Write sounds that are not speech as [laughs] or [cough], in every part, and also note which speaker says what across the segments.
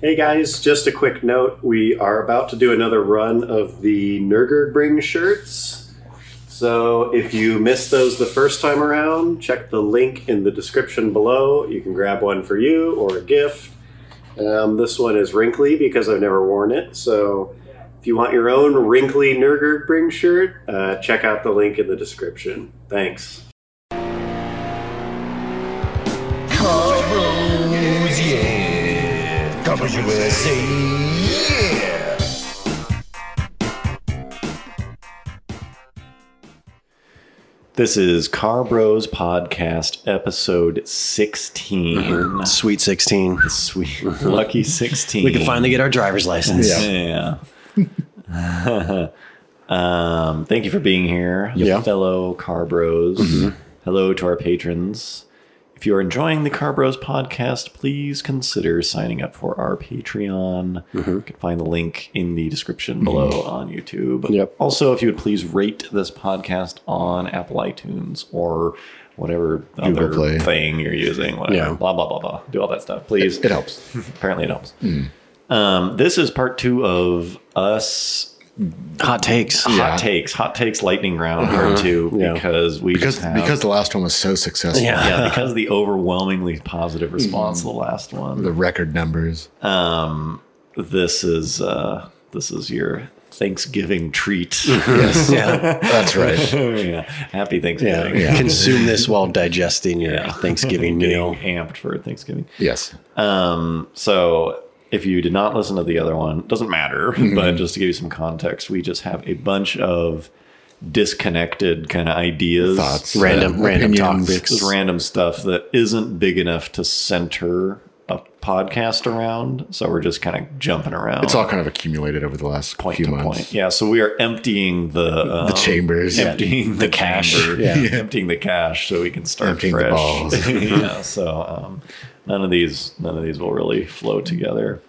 Speaker 1: Hey guys, just a quick note. We are about to do another run of the Nurglerbring shirts. So if you missed those the first time around, check the link in the description below. You can grab one for you or a gift. Um, this one is wrinkly because I've never worn it. So if you want your own wrinkly Nurglerbring shirt, uh, check out the link in the description. Thanks.
Speaker 2: Cobbles, yeah. Cobbles USA, yeah.
Speaker 1: This is Car Bros Podcast, episode 16.
Speaker 3: Sweet 16.
Speaker 1: Sweet, [laughs] lucky 16.
Speaker 3: We can finally get our driver's license.
Speaker 1: Yeah. um, thank you for being here,
Speaker 3: Yeah.
Speaker 1: fellow Car Bros. Hello to our patrons. If you are enjoying the Car Bros podcast, please consider signing up for our Patreon. You can find the link in the description below on YouTube.
Speaker 3: Yep.
Speaker 1: Also, if you would please rate this podcast on Apple iTunes or whatever other
Speaker 4: Play.
Speaker 1: thing you're using, whatever.
Speaker 3: Yeah.
Speaker 1: Blah, blah, blah, blah. Do all that stuff, please.
Speaker 4: It helps.
Speaker 1: Apparently, it helps.
Speaker 4: Hmm.
Speaker 1: Um, this is part two of us
Speaker 3: Hot takes.
Speaker 1: hot takes, hot takes lightning round part two because we
Speaker 4: Uh-huh. Because
Speaker 1: just have,
Speaker 4: because the last one was so successful.
Speaker 3: Yeah.
Speaker 1: yeah [laughs] because of the overwhelmingly positive response
Speaker 4: Mm-hmm.
Speaker 1: to the last one.
Speaker 4: The record numbers.
Speaker 1: Um, this is uh, this is your Thanksgiving
Speaker 4: [laughs]
Speaker 1: treat. [laughs]
Speaker 3: Yeah.
Speaker 4: That's right.
Speaker 1: yeah, happy
Speaker 3: Yeah.
Speaker 1: Thanksgiving.
Speaker 3: Consume this while digesting your
Speaker 4: [laughs]
Speaker 3: Thanksgiving meal.
Speaker 1: Getting amped for Thanksgiving.
Speaker 4: yes.
Speaker 1: Um, so if you did not listen to the other one, doesn't matter. [laughs]
Speaker 4: Mm-hmm.
Speaker 1: But just to give you some context, we just have a bunch of disconnected kind of ideas,
Speaker 4: Thoughts. Uh,
Speaker 3: Random- random
Speaker 4: opinions.
Speaker 3: topics.
Speaker 1: just random stuff that isn't big enough to center a podcast around. So we're just kind of jumping around.
Speaker 4: It's all kind of accumulated over the last
Speaker 1: point
Speaker 4: few
Speaker 1: to
Speaker 4: months.
Speaker 1: point. Yeah. So we are emptying the um,
Speaker 4: The chambers.
Speaker 1: emptying the, cash,
Speaker 4: Yeah.
Speaker 1: [laughs] emptying the cash, so we can start
Speaker 4: Emptying the
Speaker 1: fresh. [laughs]
Speaker 4: balls.
Speaker 1: yeah. So um, none of these, none of these will really flow together.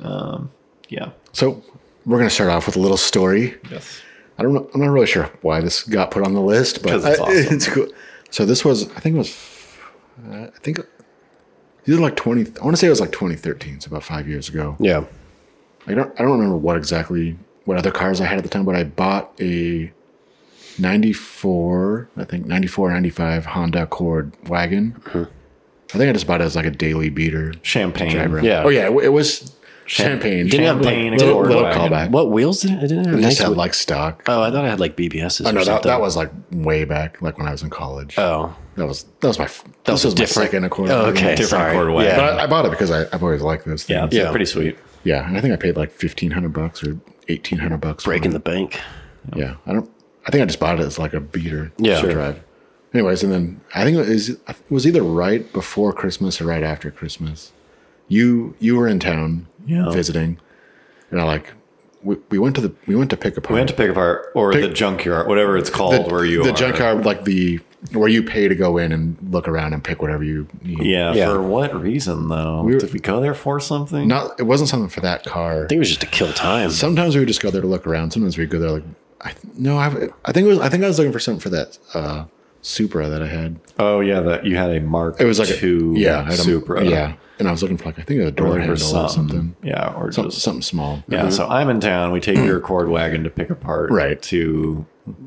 Speaker 1: Um, yeah.
Speaker 4: So we're gonna start off with a little story.
Speaker 1: Yes.
Speaker 4: I don't know. I'm not really sure why this got put on the list, but
Speaker 1: 'Cause it's
Speaker 4: I- [laughs]
Speaker 1: awesome.
Speaker 4: it's cool. So this was, I think it was, uh, I think either like 20. I want to say it was like 2013. So about five years ago.
Speaker 3: Yeah.
Speaker 4: I don't I don't remember what exactly what other cars I had at the time, but I bought a 94, I think 94 95 Honda Accord wagon.
Speaker 3: Mm-hmm.
Speaker 4: I think I just bought it as like a daily beater.
Speaker 1: Champagne.
Speaker 4: driver.
Speaker 3: Yeah.
Speaker 4: Oh yeah, it, it was champagne.
Speaker 3: Didn't have, like,
Speaker 1: Champagne
Speaker 4: little,
Speaker 1: Accord
Speaker 4: little
Speaker 1: wagon.
Speaker 4: callback.
Speaker 3: What wheels did it? It didn't have
Speaker 4: It
Speaker 3: nice
Speaker 4: just had
Speaker 3: whe-
Speaker 4: like stock.
Speaker 3: Oh, I thought I had like BBSs.
Speaker 4: oh
Speaker 3: or
Speaker 4: no, that,
Speaker 3: something.
Speaker 4: that was like way back, like when I was in college.
Speaker 3: Oh.
Speaker 4: that was that was my f-
Speaker 3: That
Speaker 4: this
Speaker 3: was
Speaker 4: my
Speaker 3: different.
Speaker 4: second Accord.
Speaker 3: Oh,
Speaker 4: wagon.
Speaker 3: okay.
Speaker 1: Different
Speaker 3: Sorry.
Speaker 1: Accord wagon.
Speaker 3: Yeah.
Speaker 4: But I, I bought it because I, I've always liked those
Speaker 1: Yeah.
Speaker 4: things.
Speaker 1: It's
Speaker 3: Yeah.
Speaker 1: pretty sweet.
Speaker 4: yeah, and I think I paid like fifteen hundred bucks or eighteen hundred bucks. for
Speaker 3: Breaking
Speaker 4: it.
Speaker 3: the bank.
Speaker 4: Yeah, I don't. I think I just bought it as like a beater.
Speaker 3: Yeah.
Speaker 4: to
Speaker 3: Sure.
Speaker 4: drive. Anyways, and then I think it was, it was either right before Christmas or right after Christmas. You you were in town
Speaker 1: Yeah.
Speaker 4: visiting, and I like we, we went to the we went to pick apart
Speaker 1: We went to pick apart or
Speaker 4: Pick-
Speaker 1: the junkyard, whatever it's
Speaker 4: the,
Speaker 1: called, where you
Speaker 4: the
Speaker 1: are.
Speaker 4: junkyard like the where you pay to go in and look around and pick whatever you need.
Speaker 1: Yeah,
Speaker 3: Yeah.
Speaker 1: For what reason though?
Speaker 4: were-
Speaker 1: Did we go there for something?
Speaker 4: not it wasn't something for that car.
Speaker 3: I think it was just to kill time.
Speaker 4: Sometimes we would just go there to look around. Sometimes we'd go there like I th- no I, I think it was I think I was looking for something for that uh, Supra that I had.
Speaker 1: Oh yeah, that you had a Mark.
Speaker 4: It was like
Speaker 1: two.
Speaker 4: a, yeah, I had a-
Speaker 1: Supra.
Speaker 4: yeah, and I was looking for like I think a
Speaker 1: Or
Speaker 4: door handle or something,
Speaker 1: Yeah, or
Speaker 4: Some-
Speaker 1: just
Speaker 4: something small.
Speaker 1: Yeah, so I'm in town. We take your cord wagon to pick apart,
Speaker 4: Right.
Speaker 1: To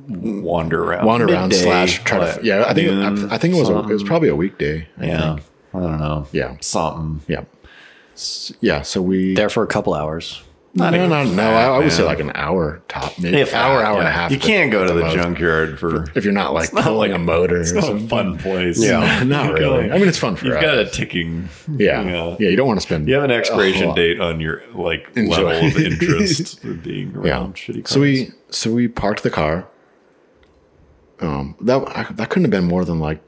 Speaker 1: wander around,
Speaker 4: wander around
Speaker 1: midday,
Speaker 4: slash try to.
Speaker 1: what,
Speaker 4: Yeah, I think
Speaker 1: noon,
Speaker 4: I, I think it was a, it was
Speaker 1: something?
Speaker 4: probably a weekday. I
Speaker 1: yeah,
Speaker 4: think.
Speaker 1: I don't know,
Speaker 4: yeah,
Speaker 1: something.
Speaker 4: yeah, S- yeah. So we
Speaker 3: There for a couple hours.
Speaker 4: no
Speaker 1: not
Speaker 4: no
Speaker 1: even
Speaker 4: no. no, I, I would say like an hour top, maybe
Speaker 1: If
Speaker 4: hour
Speaker 1: that,
Speaker 4: hour and
Speaker 1: yeah.
Speaker 4: a half.
Speaker 1: You
Speaker 4: at the-
Speaker 1: can't go
Speaker 4: at
Speaker 1: to the
Speaker 4: most.
Speaker 1: junkyard for. [laughs]
Speaker 4: if you're not like
Speaker 1: not
Speaker 4: pulling
Speaker 1: like-
Speaker 4: a motor.
Speaker 1: It's
Speaker 4: or
Speaker 1: not a
Speaker 4: something.
Speaker 1: fun place. [laughs]
Speaker 4: Yeah, not
Speaker 1: You're
Speaker 4: really.
Speaker 1: going-
Speaker 4: I mean, it's fun for
Speaker 1: You've
Speaker 4: us.
Speaker 1: got a ticking.
Speaker 4: yeah.
Speaker 1: yeah.
Speaker 4: yeah, You don't want to spend.
Speaker 1: You have an expiration
Speaker 4: lot.
Speaker 1: date on your like
Speaker 4: Enjoy.
Speaker 1: level of
Speaker 4: [laughs]
Speaker 1: interest in being around
Speaker 4: Yeah.
Speaker 1: shitty. Cars.
Speaker 4: So we so we parked the car. Um, that I, that couldn't have been more than like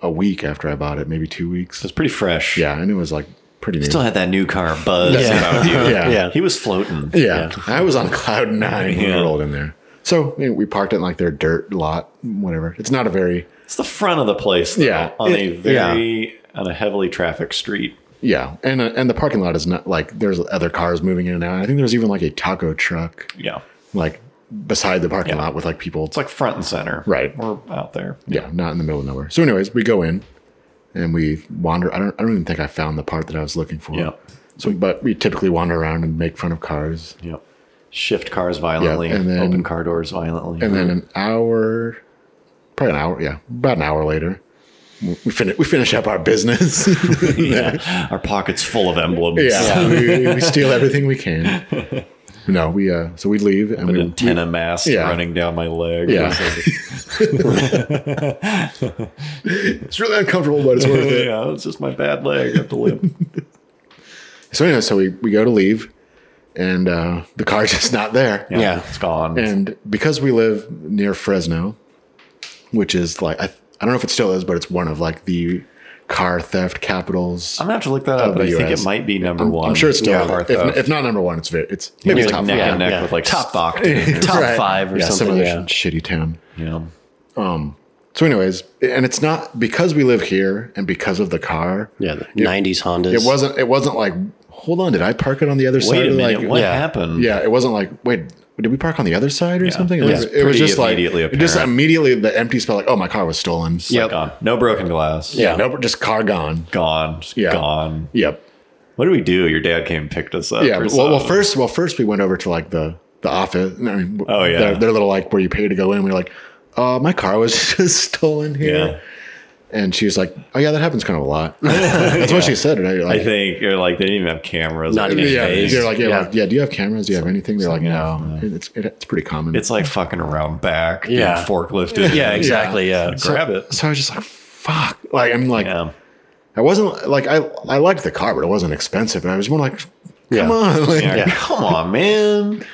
Speaker 4: a week after I bought it, maybe two weeks.
Speaker 1: it's pretty fresh.
Speaker 4: Yeah, and it was like pretty new.
Speaker 1: still had that new car buzz
Speaker 4: Yeah.
Speaker 1: about you.
Speaker 4: [laughs] Yeah.
Speaker 3: Yeah.
Speaker 1: he was floating.
Speaker 4: yeah, I was on [laughs] cloud nine when
Speaker 1: Yeah.
Speaker 4: we rolled in there. So you know, we parked it in like their dirt lot, whatever. It's not a very
Speaker 1: It's the front of the place, though,
Speaker 4: Yeah.
Speaker 1: on a
Speaker 4: It-
Speaker 1: very on a heavily trafficked street.
Speaker 4: yeah, and uh, and the parking lot is not like there's other cars moving in and out. I think there's even like a taco truck
Speaker 1: Yeah,
Speaker 4: like beside the parking
Speaker 1: Yeah.
Speaker 4: lot with like people
Speaker 1: it's like front and center.
Speaker 4: Right.
Speaker 1: we're out there.
Speaker 4: yeah, not in the middle of nowhere. So, anyways, we go in and we wander. I don't. I don't even think I found the part that I was looking for.
Speaker 1: Yeah.
Speaker 4: So, but we typically wander around and make fun of cars.
Speaker 3: Yep. Shift cars violently.
Speaker 4: and then-
Speaker 3: open car doors violently.
Speaker 4: And then an hour, probably an hour, yeah, about an hour later, we finish we finish up our business.
Speaker 3: [laughs]
Speaker 4: [laughs]
Speaker 3: yeah. Our pockets full of emblems.
Speaker 4: yeah, we, we steal everything we can. No, we uh, so we leave and
Speaker 3: An
Speaker 4: we
Speaker 3: antenna mast
Speaker 4: yeah.
Speaker 3: running down my leg.
Speaker 4: Yeah. [laughs] it's really uncomfortable, but
Speaker 3: [laughs]
Speaker 4: it's worth it.
Speaker 3: yeah, it's just my bad leg. I have to [laughs] limp.
Speaker 4: So anyway, so we we go to leave, and uh, the [laughs] car's just not there.
Speaker 3: Yeah, Yeah. it's gone.
Speaker 4: And because we live near Fresno, which is like I, I don't know if it still is, but it's one of like the car theft capitals.
Speaker 3: I'm gonna have to look that up, but I think
Speaker 4: WS.
Speaker 3: it might be number one.
Speaker 4: I'm sure it's still
Speaker 3: Car
Speaker 4: if,
Speaker 3: theft.
Speaker 4: if not number one, it's very, it's
Speaker 3: Maybe
Speaker 4: maybe
Speaker 3: it's like
Speaker 4: top
Speaker 3: neck
Speaker 4: five.
Speaker 3: and neck
Speaker 4: Yeah.
Speaker 3: with like
Speaker 4: [laughs]
Speaker 3: Top stock,
Speaker 4: Top
Speaker 3: top five or
Speaker 4: yeah,
Speaker 3: something.
Speaker 4: Some other
Speaker 3: yeah.
Speaker 4: sh- shitty town.
Speaker 3: yeah,
Speaker 4: So, anyways, and it's not because we live here and because of the car.
Speaker 3: yeah. Nineties Hondas.
Speaker 4: It wasn't. It wasn't like, hold on, did I park it on the other side?
Speaker 3: Wait a
Speaker 4: Or,
Speaker 3: minute,
Speaker 4: like,
Speaker 3: what
Speaker 4: yeah.
Speaker 3: happened?
Speaker 4: Yeah, it wasn't like, wait, did we park on the other side or something? It
Speaker 3: Yeah.
Speaker 4: was.
Speaker 3: It's
Speaker 4: It was
Speaker 3: pretty
Speaker 4: just like
Speaker 3: immediately
Speaker 4: it just
Speaker 3: apparent.
Speaker 4: immediately the empty spell. Like, oh, my car was stolen.
Speaker 3: It's,
Speaker 4: Yeah,
Speaker 3: like, gone. No broken glass.
Speaker 4: yeah, no, just car gone.
Speaker 3: gone. Just
Speaker 4: Yeah.
Speaker 3: gone.
Speaker 4: Yep.
Speaker 3: What do we do? Your dad came and picked us up.
Speaker 4: Yeah.
Speaker 3: or
Speaker 4: but- Well, well,
Speaker 3: something.
Speaker 4: first, well, first we went over to like the the office. I mean,
Speaker 3: Oh, yeah.
Speaker 4: their, their little like where you pay to go in. We were like, uh, my car was [laughs] just stolen here.
Speaker 3: yeah.
Speaker 4: And she was like, "Oh yeah, that happens kind of a lot." [laughs] That's what she said. Right? Like,
Speaker 3: I think you're like they didn't even have cameras. Not
Speaker 4: yeah,
Speaker 3: even phased.
Speaker 4: they're like, yeah,
Speaker 3: Yeah.
Speaker 4: like, yeah. Do you have cameras? Do you have anything? They're like,
Speaker 3: yeah,
Speaker 4: no. It's it, it's pretty common.
Speaker 3: It's like fucking around back. Yeah. Yeah, forklifted.
Speaker 4: [laughs] Yeah, exactly,
Speaker 3: Yeah,
Speaker 4: So-
Speaker 3: grab it.
Speaker 4: So I was just like, "Fuck!" Like I'm like,
Speaker 3: Yeah,
Speaker 4: I wasn't like I I liked the car, but it wasn't expensive. And I was more like,
Speaker 3: Yeah.
Speaker 4: "Come on!" [laughs] Like,
Speaker 3: yeah. Come on, man.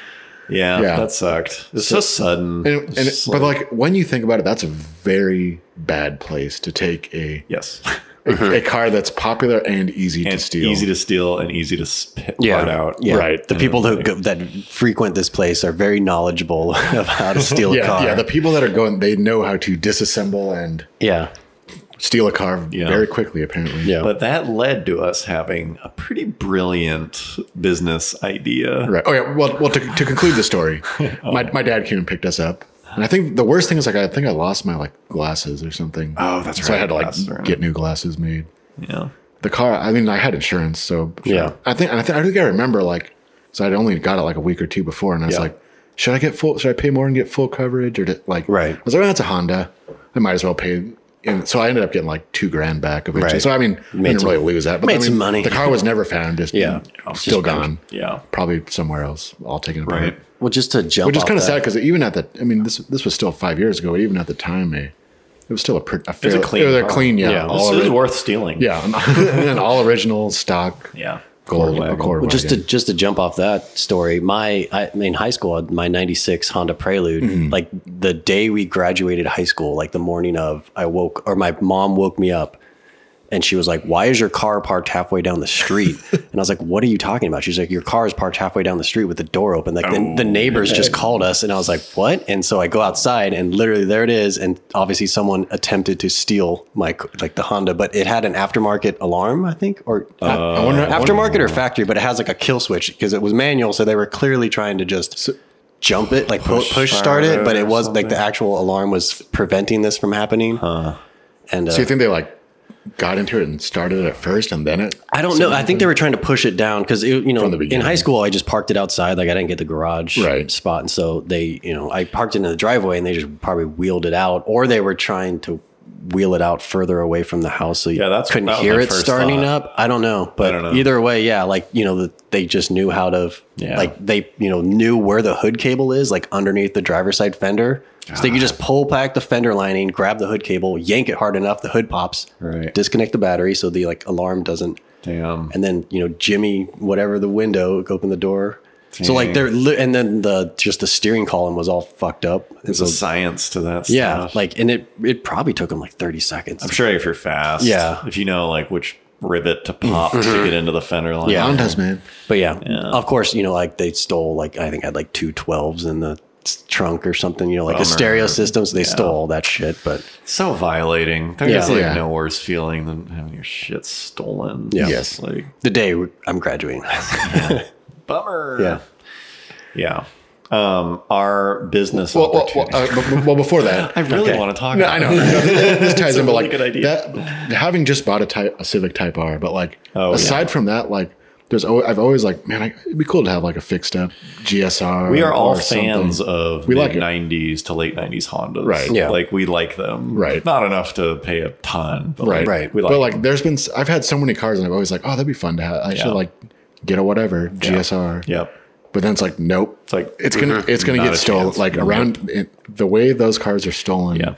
Speaker 3: Yeah,
Speaker 4: Yeah.
Speaker 3: that sucked. It's so, sudden.
Speaker 4: And, and
Speaker 3: It's
Speaker 4: but
Speaker 3: like-
Speaker 4: like when you think about it, that's a very bad place to take a
Speaker 3: yes,
Speaker 4: a, a car that's popular and easy
Speaker 3: and
Speaker 4: to steal.
Speaker 3: easy to steal and easy to spit part out.
Speaker 5: Yeah.
Speaker 4: Right.
Speaker 5: The people who go, that frequent this place are very knowledgeable [laughs] of how to steal
Speaker 4: yeah,
Speaker 5: a car.
Speaker 4: yeah. The people that are going, they know how to disassemble and
Speaker 5: yeah.
Speaker 4: steal a car
Speaker 3: Yeah.
Speaker 4: very quickly. Apparently,
Speaker 5: Yeah.
Speaker 3: But that led to us having a pretty brilliant business idea.
Speaker 4: Right. Oh yeah. Well, well. To, to conclude the story, my my dad came and picked us up, and I think the worst thing is like I think I lost my like glasses or something.
Speaker 3: Oh, that's
Speaker 4: so
Speaker 3: right.
Speaker 4: I had to like
Speaker 3: Glasses are in
Speaker 4: get new glasses made.
Speaker 3: Yeah.
Speaker 4: The car. I mean, I had insurance, so
Speaker 5: Yeah.
Speaker 4: I think and I think I think I remember like so I'd only got it like a week or two before, and I was
Speaker 3: Yeah.
Speaker 4: like, should I get full? Should I pay more and get full coverage or did, like?
Speaker 5: Right.
Speaker 4: I was like, oh, that's a Honda. I might as well pay. And so I ended up getting like two grand back eventually.
Speaker 5: Right.
Speaker 4: So I mean, I didn't
Speaker 5: some-
Speaker 4: really lose that. But
Speaker 5: made
Speaker 4: I mean,
Speaker 5: some money.
Speaker 4: The car was never found. Just
Speaker 5: Yeah.
Speaker 4: still gone
Speaker 3: Yeah.
Speaker 4: probably somewhere else, all taken apart.
Speaker 3: Right.
Speaker 5: Well, just to jump,
Speaker 4: Which is
Speaker 5: off
Speaker 4: kind of
Speaker 5: that-
Speaker 4: sad because even at the, I mean, this this was still five years ago. Even at the time, eh, it was still a, pr- a fairly,
Speaker 3: clean
Speaker 4: it was a
Speaker 3: car.
Speaker 4: clean, yeah,
Speaker 5: Yeah.
Speaker 4: all
Speaker 3: this is
Speaker 4: ori-
Speaker 3: worth stealing.
Speaker 4: yeah, an, [laughs] an all original stock
Speaker 3: Yeah.
Speaker 4: gold
Speaker 3: Wagon.
Speaker 4: Accord
Speaker 5: Well, just to
Speaker 4: wagon.
Speaker 5: just to jump off that story, my I, in high school, my '96 Honda Prelude, like the day we graduated high school, like the morning of, I woke or my mom woke me up, and she was like, "Why is your car parked halfway down the street?" and I was like, "What are you talking about?" She's like, "Your car is parked halfway down the street with the door open." Like the, the neighbors just called us, and I was like, "What?" And so I go outside, and literally there it is, and obviously someone attempted to steal my c- like the Honda, but it had an aftermarket alarm, I think, or
Speaker 3: Uh,
Speaker 4: I wonder, I wonder-
Speaker 5: aftermarket or factory, but it has like a kill switch because it was manual, so they were clearly trying to just jump it, like push, push start it, but it was like the actual alarm was preventing this from happening. And uh,
Speaker 4: So you think they like got into it and started it at first, and then it?
Speaker 5: I don't know. I think they were trying to push it down because you know
Speaker 4: the
Speaker 5: in
Speaker 4: beginning.
Speaker 5: high school I just parked it outside, like I didn't get the garage
Speaker 4: Right.
Speaker 5: spot, and so they you know I parked it in the driveway and they just probably wheeled it out, or they were trying to wheel it out further away from the house so you
Speaker 3: Yeah, that's-
Speaker 5: couldn't
Speaker 3: that was
Speaker 5: hear
Speaker 3: my
Speaker 5: it
Speaker 3: first
Speaker 5: starting
Speaker 3: thought.
Speaker 5: up. I don't know, but
Speaker 3: don't know.
Speaker 5: either way, yeah, like you know the, they just knew how to
Speaker 3: Yeah.
Speaker 5: like they you know knew where the hood cable is, like underneath the driver's side fender. So they could just pull back the fender lining, grab the hood cable, yank it hard enough, the hood pops,
Speaker 3: Right.
Speaker 5: disconnect the battery so the like alarm doesn't
Speaker 3: Damn.
Speaker 5: and then you know Jimmy whatever the window open the door. So like
Speaker 3: Dang.
Speaker 5: they're li- and then the just the steering column was all fucked up. And
Speaker 3: There's a
Speaker 5: so
Speaker 3: science to that
Speaker 5: yeah,
Speaker 3: stuff.
Speaker 5: like and it it probably took them like thirty seconds.
Speaker 3: I'm sure if you're fast.
Speaker 5: Yeah.
Speaker 3: If you know like which rivet to pop
Speaker 4: Mm-hmm.
Speaker 3: to get into the fender line.
Speaker 5: Yeah.
Speaker 4: Hondas, man.
Speaker 5: But yeah, of course you know like they stole like I think I had like two 12s in the s- trunk or something. You know like the stereo systems they stole all that shit. But
Speaker 3: So violating. There's
Speaker 5: Yeah.
Speaker 3: like
Speaker 4: Yeah.
Speaker 3: no worse feeling than having your shit stolen.
Speaker 5: Yeah.
Speaker 3: Yes. Like
Speaker 5: the day we- I'm graduating, [laughs]
Speaker 3: bummer.
Speaker 5: Yeah.
Speaker 3: Yeah. Um, our business
Speaker 4: Well, well, well,
Speaker 3: opportunity.
Speaker 4: uh, b- b- well, before that,
Speaker 3: I really
Speaker 5: okay.
Speaker 3: want to talk
Speaker 4: No,
Speaker 3: about
Speaker 4: I
Speaker 3: [laughs]
Speaker 4: know. this ties in, but
Speaker 3: really
Speaker 4: like
Speaker 3: good idea.
Speaker 4: that, having just bought a, type, a Civic Type R, but like
Speaker 3: Oh, yeah.
Speaker 4: aside from that, like there's al- I've always like, man, I, it'd be cool to have like a fixed up GSR.
Speaker 3: We are all
Speaker 4: or something.
Speaker 3: fans of
Speaker 4: We
Speaker 3: mid
Speaker 4: like it.
Speaker 3: 90s to late 90s Hondas.
Speaker 4: Right.
Speaker 5: Yeah.
Speaker 3: Like we like them.
Speaker 4: Right.
Speaker 3: Not enough to pay a ton. But
Speaker 4: right?
Speaker 3: Like,
Speaker 5: Right.
Speaker 3: We like,
Speaker 4: but like, there's been s- I've had so many cars, and I've always like, oh, that'd be fun to have. I
Speaker 3: Yeah.
Speaker 4: should like get a whatever GSR.
Speaker 3: Yep.
Speaker 4: But then it's like, nope.
Speaker 3: It's like, mm-hmm.
Speaker 4: it's gonna it's gonna
Speaker 3: Not
Speaker 4: get
Speaker 3: a
Speaker 4: stolen.
Speaker 3: chance.
Speaker 4: Like
Speaker 3: Nope.
Speaker 4: around it, the way those cars are stolen.
Speaker 3: yeah.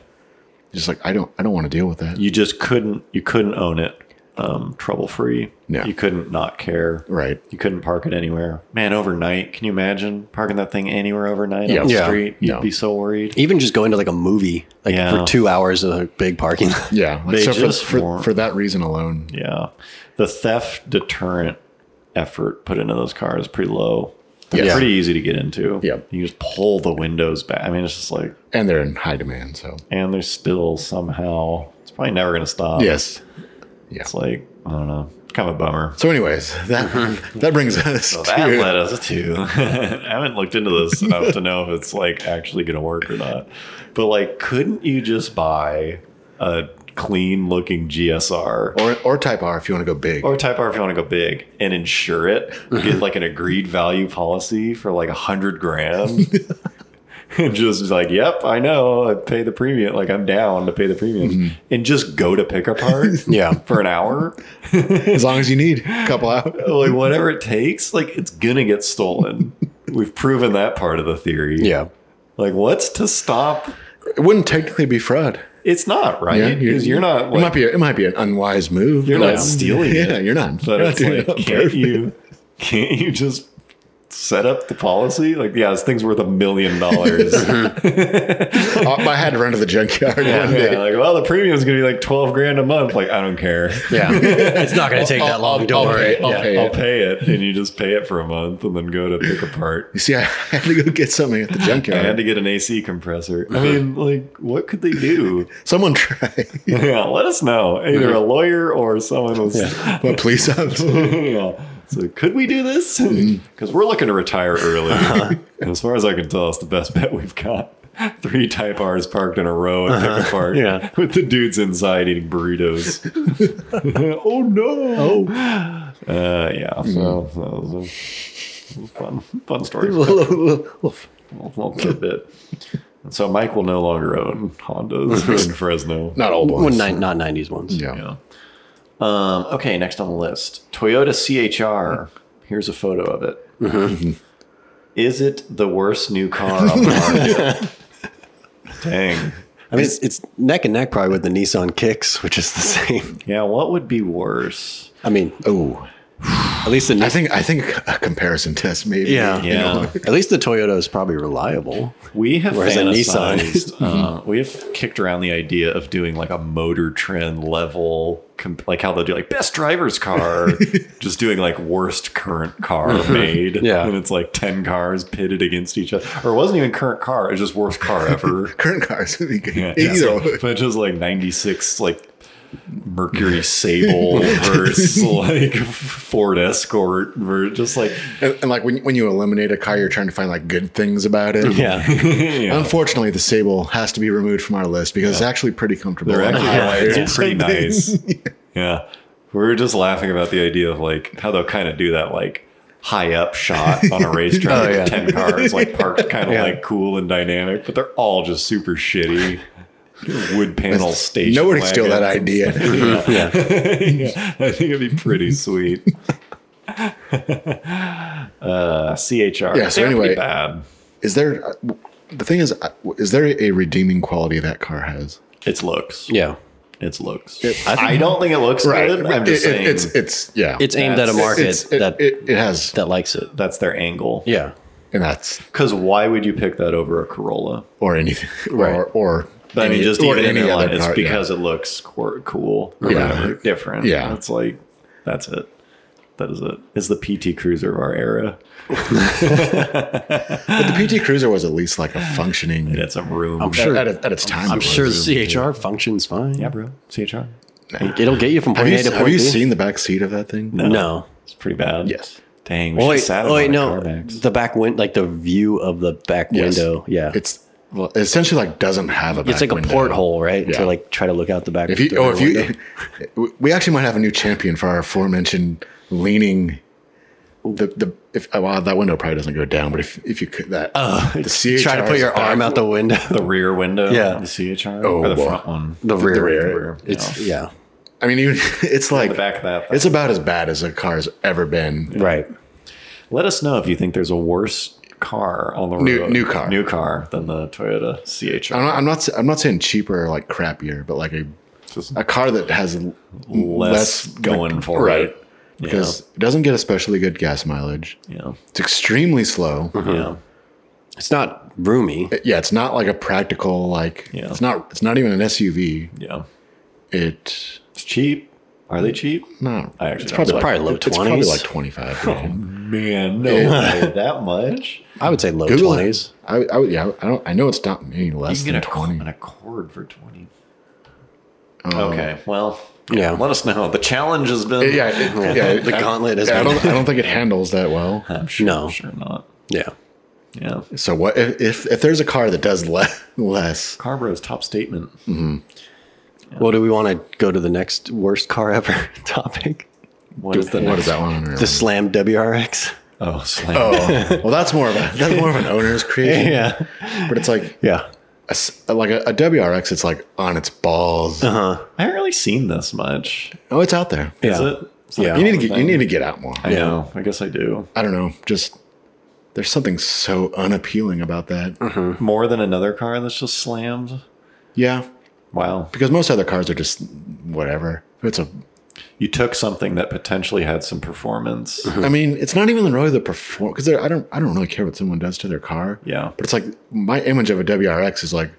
Speaker 4: Just like I don't I don't want to deal with that.
Speaker 3: You just couldn't, you couldn't own it um, trouble free.
Speaker 4: Yeah.
Speaker 3: You couldn't not care.
Speaker 4: Right.
Speaker 3: You couldn't park it anywhere. Man, overnight, can you imagine parking that thing anywhere overnight
Speaker 4: Yeah.
Speaker 3: on the
Speaker 5: Yeah.
Speaker 3: street? You'd
Speaker 4: No.
Speaker 3: be so worried.
Speaker 5: Even just going to like a movie, like
Speaker 3: Yeah.
Speaker 5: for two hours of a big parking lot.
Speaker 4: Yeah. Like,
Speaker 3: They
Speaker 4: so
Speaker 3: just
Speaker 4: for, for,
Speaker 3: want-
Speaker 4: for that reason alone.
Speaker 3: Yeah. The theft deterrent effort put into those cars is pretty low. They're
Speaker 4: Yes.
Speaker 3: pretty easy to get into.
Speaker 4: Yep.
Speaker 3: You just pull the windows back. I mean, it's just like,
Speaker 4: And they're in high demand. So
Speaker 3: and they're still somehow, it's probably never going to stop.
Speaker 4: yes.
Speaker 3: It's like, I don't know, kind of a bummer.
Speaker 4: So anyways,
Speaker 3: [laughs]
Speaker 4: that that brings us
Speaker 3: So that
Speaker 4: to
Speaker 3: led us to. [laughs] I haven't looked into this enough to know if it's like actually going to work or not. But like, couldn't you just buy a clean looking GSR
Speaker 4: or or Type R if you want to go big.
Speaker 3: Or Type R if you want to go big and insure it. Get like an agreed value policy for like a hundred grand. [laughs] and just like, yep, I know, I pay the premium. Like I'm down to pay the premium, and just go to pick apart.
Speaker 5: [laughs] Yeah.
Speaker 3: for an hour,
Speaker 4: as long as you need a couple out.
Speaker 3: like whatever it takes. Like it's gonna get stolen. We've proven that part of the theory.
Speaker 5: Yeah.
Speaker 3: Like what's to stop?
Speaker 4: It wouldn't technically be fraud.
Speaker 3: It's not right because you're, not.
Speaker 4: it
Speaker 3: Like,
Speaker 4: might be. It might be an unwise move.
Speaker 3: You're not
Speaker 4: Yeah.
Speaker 3: stealing
Speaker 4: Yeah,
Speaker 3: it,
Speaker 4: you're not.
Speaker 3: But
Speaker 4: you're not
Speaker 3: it's
Speaker 4: doing
Speaker 3: like,
Speaker 4: it on
Speaker 3: can't
Speaker 4: purpose.
Speaker 3: you can't you just set up the policy? Like, yeah, this thing's worth a million [laughs] dollars.
Speaker 4: Oh, I had to run to the junkyard one day.
Speaker 3: Yeah, like, well, the premium's gonna be like twelve grand a month. Like, I don't care.
Speaker 5: Yeah.
Speaker 4: [laughs]
Speaker 5: it's not going to take that long. don't
Speaker 4: I'll
Speaker 5: worry.
Speaker 4: Pay, I'll
Speaker 5: Yeah.
Speaker 4: pay
Speaker 3: I'll
Speaker 4: it.
Speaker 3: pay it, and you just pay it for a month, and then go to pick [laughs] apart.
Speaker 4: You see, I had to go get something at the
Speaker 3: I had to
Speaker 4: junkyard.
Speaker 3: get an AC compressor. I mean, like, what could they do?
Speaker 4: Someone tried,
Speaker 3: [laughs]
Speaker 4: [laughs]
Speaker 3: yeah, let us know. Either a lawyer or someone was. Yeah.
Speaker 4: but
Speaker 3: [laughs]
Speaker 4: police officer.
Speaker 3: So could we do [laughs] this? Because we're looking to retire [laughs] early. And as far as I can tell, it's the best bet we've got. Three Type R's parked in a row at Pickle Park.
Speaker 5: Yeah.
Speaker 3: With the dudes inside eating [laughs] burritos. oh no. Uh, yeah. So that was a fun, fun story. [laughs] little, little tidbit. And So Mike will no longer own [laughs] Hondas in Fresno.
Speaker 4: Not all
Speaker 5: One
Speaker 4: ones.
Speaker 5: nine, not 90s ones.
Speaker 4: Yeah.
Speaker 3: Yeah. Um, okay, next on the list Toyota CHR. Here's a photo of it. Is it the worst new car on the market? Dang.
Speaker 5: I mean, it's, it's neck and neck probably with the Nissan Kicks, which is the [laughs] same.
Speaker 3: Yeah, what would be worse?
Speaker 5: I mean,
Speaker 4: Oh,
Speaker 5: at least the
Speaker 4: I think I think a comparison test maybe.
Speaker 5: Yeah.
Speaker 3: Yeah.
Speaker 5: At least the Toyota is probably reliable.
Speaker 3: We have
Speaker 5: Whereas a Nissan.
Speaker 3: fantasized. uh, we have kicked around the idea of doing like a motor trend level, comp- like how they'll do like best driver's
Speaker 5: [laughs]
Speaker 3: car, just doing like worst current car made.
Speaker 5: Yeah.
Speaker 3: And it's like 10 cars pitted against each other. Or it wasn't even current car, it was just worst car ever.
Speaker 5: [laughs]
Speaker 4: Current cars would be good.
Speaker 3: Yeah,
Speaker 4: Either
Speaker 3: so-
Speaker 4: way.
Speaker 3: [laughs] but it was like '96, like Mercury
Speaker 5: [laughs]
Speaker 3: Sable versus like Ford Escort, ver- just like
Speaker 4: And, and like when when you eliminate a car, you're trying to find like good things about it.
Speaker 3: [laughs]
Speaker 5: Yeah.
Speaker 4: Unfortunately, the Sable has to be removed from our list because it's actually pretty comfortable.
Speaker 3: they're actually like,
Speaker 4: Yeah.
Speaker 3: it's pretty nice. [laughs] Yeah, we were just laughing about the idea of like how they'll kind of do that like high up shot on a racetrack,
Speaker 5: Oh, yeah.
Speaker 3: with ten cars like parked, kind of
Speaker 5: Yeah.
Speaker 3: like cool and dynamic, but they're all just super shitty. Wood panel station.
Speaker 4: Nobody steal that
Speaker 3: wagons. [laughs]
Speaker 4: idea.
Speaker 5: yeah.
Speaker 3: yeah, I think it'd be pretty sweet. uh, CHR.
Speaker 4: Yeah, so
Speaker 3: They're pretty
Speaker 4: anyway-
Speaker 3: bad.
Speaker 4: is there? uh, The thing is, uh, is there a redeeming quality that car has?
Speaker 3: It's looks.
Speaker 5: Yeah.
Speaker 3: it's looks. I, don't think it looks good. I'm just
Speaker 4: It- it-
Speaker 3: saying
Speaker 4: it's it's yeah.
Speaker 5: It's aimed at a
Speaker 3: That's-
Speaker 5: market
Speaker 4: It's- it,
Speaker 5: that
Speaker 4: it, it has
Speaker 5: that likes it.
Speaker 3: that's their angle.
Speaker 5: Yeah.
Speaker 4: and that's
Speaker 3: Because why would you pick that over a Corolla?
Speaker 4: or anything
Speaker 5: Right.
Speaker 4: or or
Speaker 3: I mean,
Speaker 4: any-
Speaker 3: just
Speaker 4: or
Speaker 3: even in
Speaker 4: any
Speaker 3: their
Speaker 4: other
Speaker 3: line, it's
Speaker 4: car, yeah.
Speaker 3: because it looks cor- cool or
Speaker 4: Yeah.
Speaker 3: whatever, different.
Speaker 4: Yeah.
Speaker 3: it's like that's it. That is it. It's the PT Cruiser of our era.
Speaker 4: But the PT Cruiser was at least like a functioning
Speaker 3: It had some room.
Speaker 5: I'm
Speaker 4: at,
Speaker 5: sure.
Speaker 4: at, at its time.
Speaker 5: I'm
Speaker 4: it was.
Speaker 5: sure the CHR functions fine.
Speaker 3: yeah, bro. CHR.
Speaker 5: It'll get you from
Speaker 4: Have
Speaker 5: point
Speaker 4: you,
Speaker 5: A to
Speaker 4: have
Speaker 5: point
Speaker 4: you
Speaker 5: B.
Speaker 4: seen the back seat of that thing?
Speaker 5: No.
Speaker 3: It's pretty bad.
Speaker 4: Yes.
Speaker 3: Dang. We
Speaker 5: Oh
Speaker 3: should
Speaker 5: wait,
Speaker 3: sat
Speaker 5: oh, wait
Speaker 3: on a
Speaker 5: no.
Speaker 3: Carmax.
Speaker 5: The back wind, like the view of the back
Speaker 4: Yes.
Speaker 5: window. Yeah. It's,
Speaker 4: It's well, it essentially like doesn't have a. Back
Speaker 5: like a
Speaker 4: window.
Speaker 5: porthole, right?
Speaker 4: Yeah.
Speaker 5: To like try to look out the back.
Speaker 4: If you,
Speaker 5: the
Speaker 4: oh, [laughs]
Speaker 5: rear
Speaker 4: if you,
Speaker 5: window.
Speaker 4: we actually might have a new champion for our aforementioned leaning the the if oh, wow that window probably doesn't go down, but if if you could that the CHR
Speaker 5: Try to put
Speaker 4: is
Speaker 5: your arm
Speaker 4: back-
Speaker 5: out the window. [laughs]
Speaker 3: The rear window.
Speaker 5: Yeah.
Speaker 3: The CHR.
Speaker 4: Oh,
Speaker 3: or the
Speaker 4: wow.
Speaker 3: front one.
Speaker 5: The
Speaker 4: the
Speaker 5: rear.
Speaker 4: rear.
Speaker 5: It's yeah.
Speaker 4: I mean, even [laughs] it's like
Speaker 3: The back of that.
Speaker 4: it's about as bad as a car's ever been.
Speaker 5: Right.
Speaker 3: Let us know if you think there's a worse car on the road.
Speaker 4: New- new car.
Speaker 3: New car than the Toyota CHR.
Speaker 4: I'm not, I'm not. I'm not saying cheaper or like crappier, but like a
Speaker 3: Just
Speaker 4: a car that has l-
Speaker 3: less, going for
Speaker 4: right,
Speaker 3: it. Yeah.
Speaker 4: because it doesn't get especially good gas mileage.
Speaker 3: Yeah.
Speaker 4: It's extremely slow.
Speaker 3: Yeah.
Speaker 5: It's not roomy.
Speaker 4: It- yeah, it's not like a practical like.
Speaker 3: Yeah.
Speaker 4: It's not. It's not even an SUV.
Speaker 3: Yeah.
Speaker 4: It
Speaker 3: It's cheap. Are they cheap?
Speaker 4: no.
Speaker 3: I actually
Speaker 4: it's
Speaker 3: don't know.
Speaker 4: probably,
Speaker 3: Oh,
Speaker 4: like,
Speaker 5: Probably low
Speaker 4: it's probably
Speaker 5: 20s.
Speaker 4: like twenty five.
Speaker 3: Man, no
Speaker 4: Yeah.
Speaker 3: way. That much?
Speaker 5: I would say low
Speaker 4: Google
Speaker 5: twenties.
Speaker 4: it. I, I would. Yeah. I don't. I know it's not any
Speaker 3: You
Speaker 4: less
Speaker 3: can get
Speaker 4: than
Speaker 3: a,
Speaker 4: twenty.
Speaker 3: an Accord for 20.
Speaker 4: Um,
Speaker 3: Okay. Well,
Speaker 5: Yeah.
Speaker 3: Let us know. The challenge has been.
Speaker 4: Yeah,
Speaker 3: [laughs]
Speaker 4: it- yeah, it-
Speaker 5: The gauntlet is
Speaker 4: I don't. I don't think it handles that well.
Speaker 3: I'm sure,
Speaker 5: No.
Speaker 3: sure not.
Speaker 5: Yeah.
Speaker 3: Yeah.
Speaker 4: So what if if, if there's a car that does le- less?
Speaker 3: Carbro's top statement.
Speaker 5: Well, do we want to go to the next worst car ever topic?
Speaker 3: What is the
Speaker 4: what
Speaker 3: next?
Speaker 4: is that one?
Speaker 5: The Slam WRX.
Speaker 3: Oh, [laughs] slam.
Speaker 4: Oh, well, that's more of a that's more of an
Speaker 3: [laughs]
Speaker 4: owner's creation.
Speaker 5: Yeah.
Speaker 4: But it's like
Speaker 5: Yeah.
Speaker 4: a s like a, a WRX. It's like on its balls.
Speaker 3: I haven't really seen this much.
Speaker 4: Oh, it's out there.
Speaker 3: Is
Speaker 5: Yeah.
Speaker 3: it? It's not
Speaker 5: Yeah.
Speaker 3: a
Speaker 4: You need to
Speaker 3: common
Speaker 4: get you
Speaker 3: thing.
Speaker 4: need to get out more.
Speaker 3: I
Speaker 4: I,
Speaker 3: know. I guess I do.
Speaker 4: don't know. Just there's something so unappealing about that.
Speaker 3: Uh-huh. More than another car that's just slammed.
Speaker 4: Yeah,
Speaker 3: Wow.
Speaker 4: because most other cars are just whatever. It's a.
Speaker 3: You took something that potentially had some performance.
Speaker 4: I mean, it's not even really the perform because I don't I don't really care what someone does to their car.
Speaker 3: yeah.
Speaker 4: But it's like my image of a WRX is like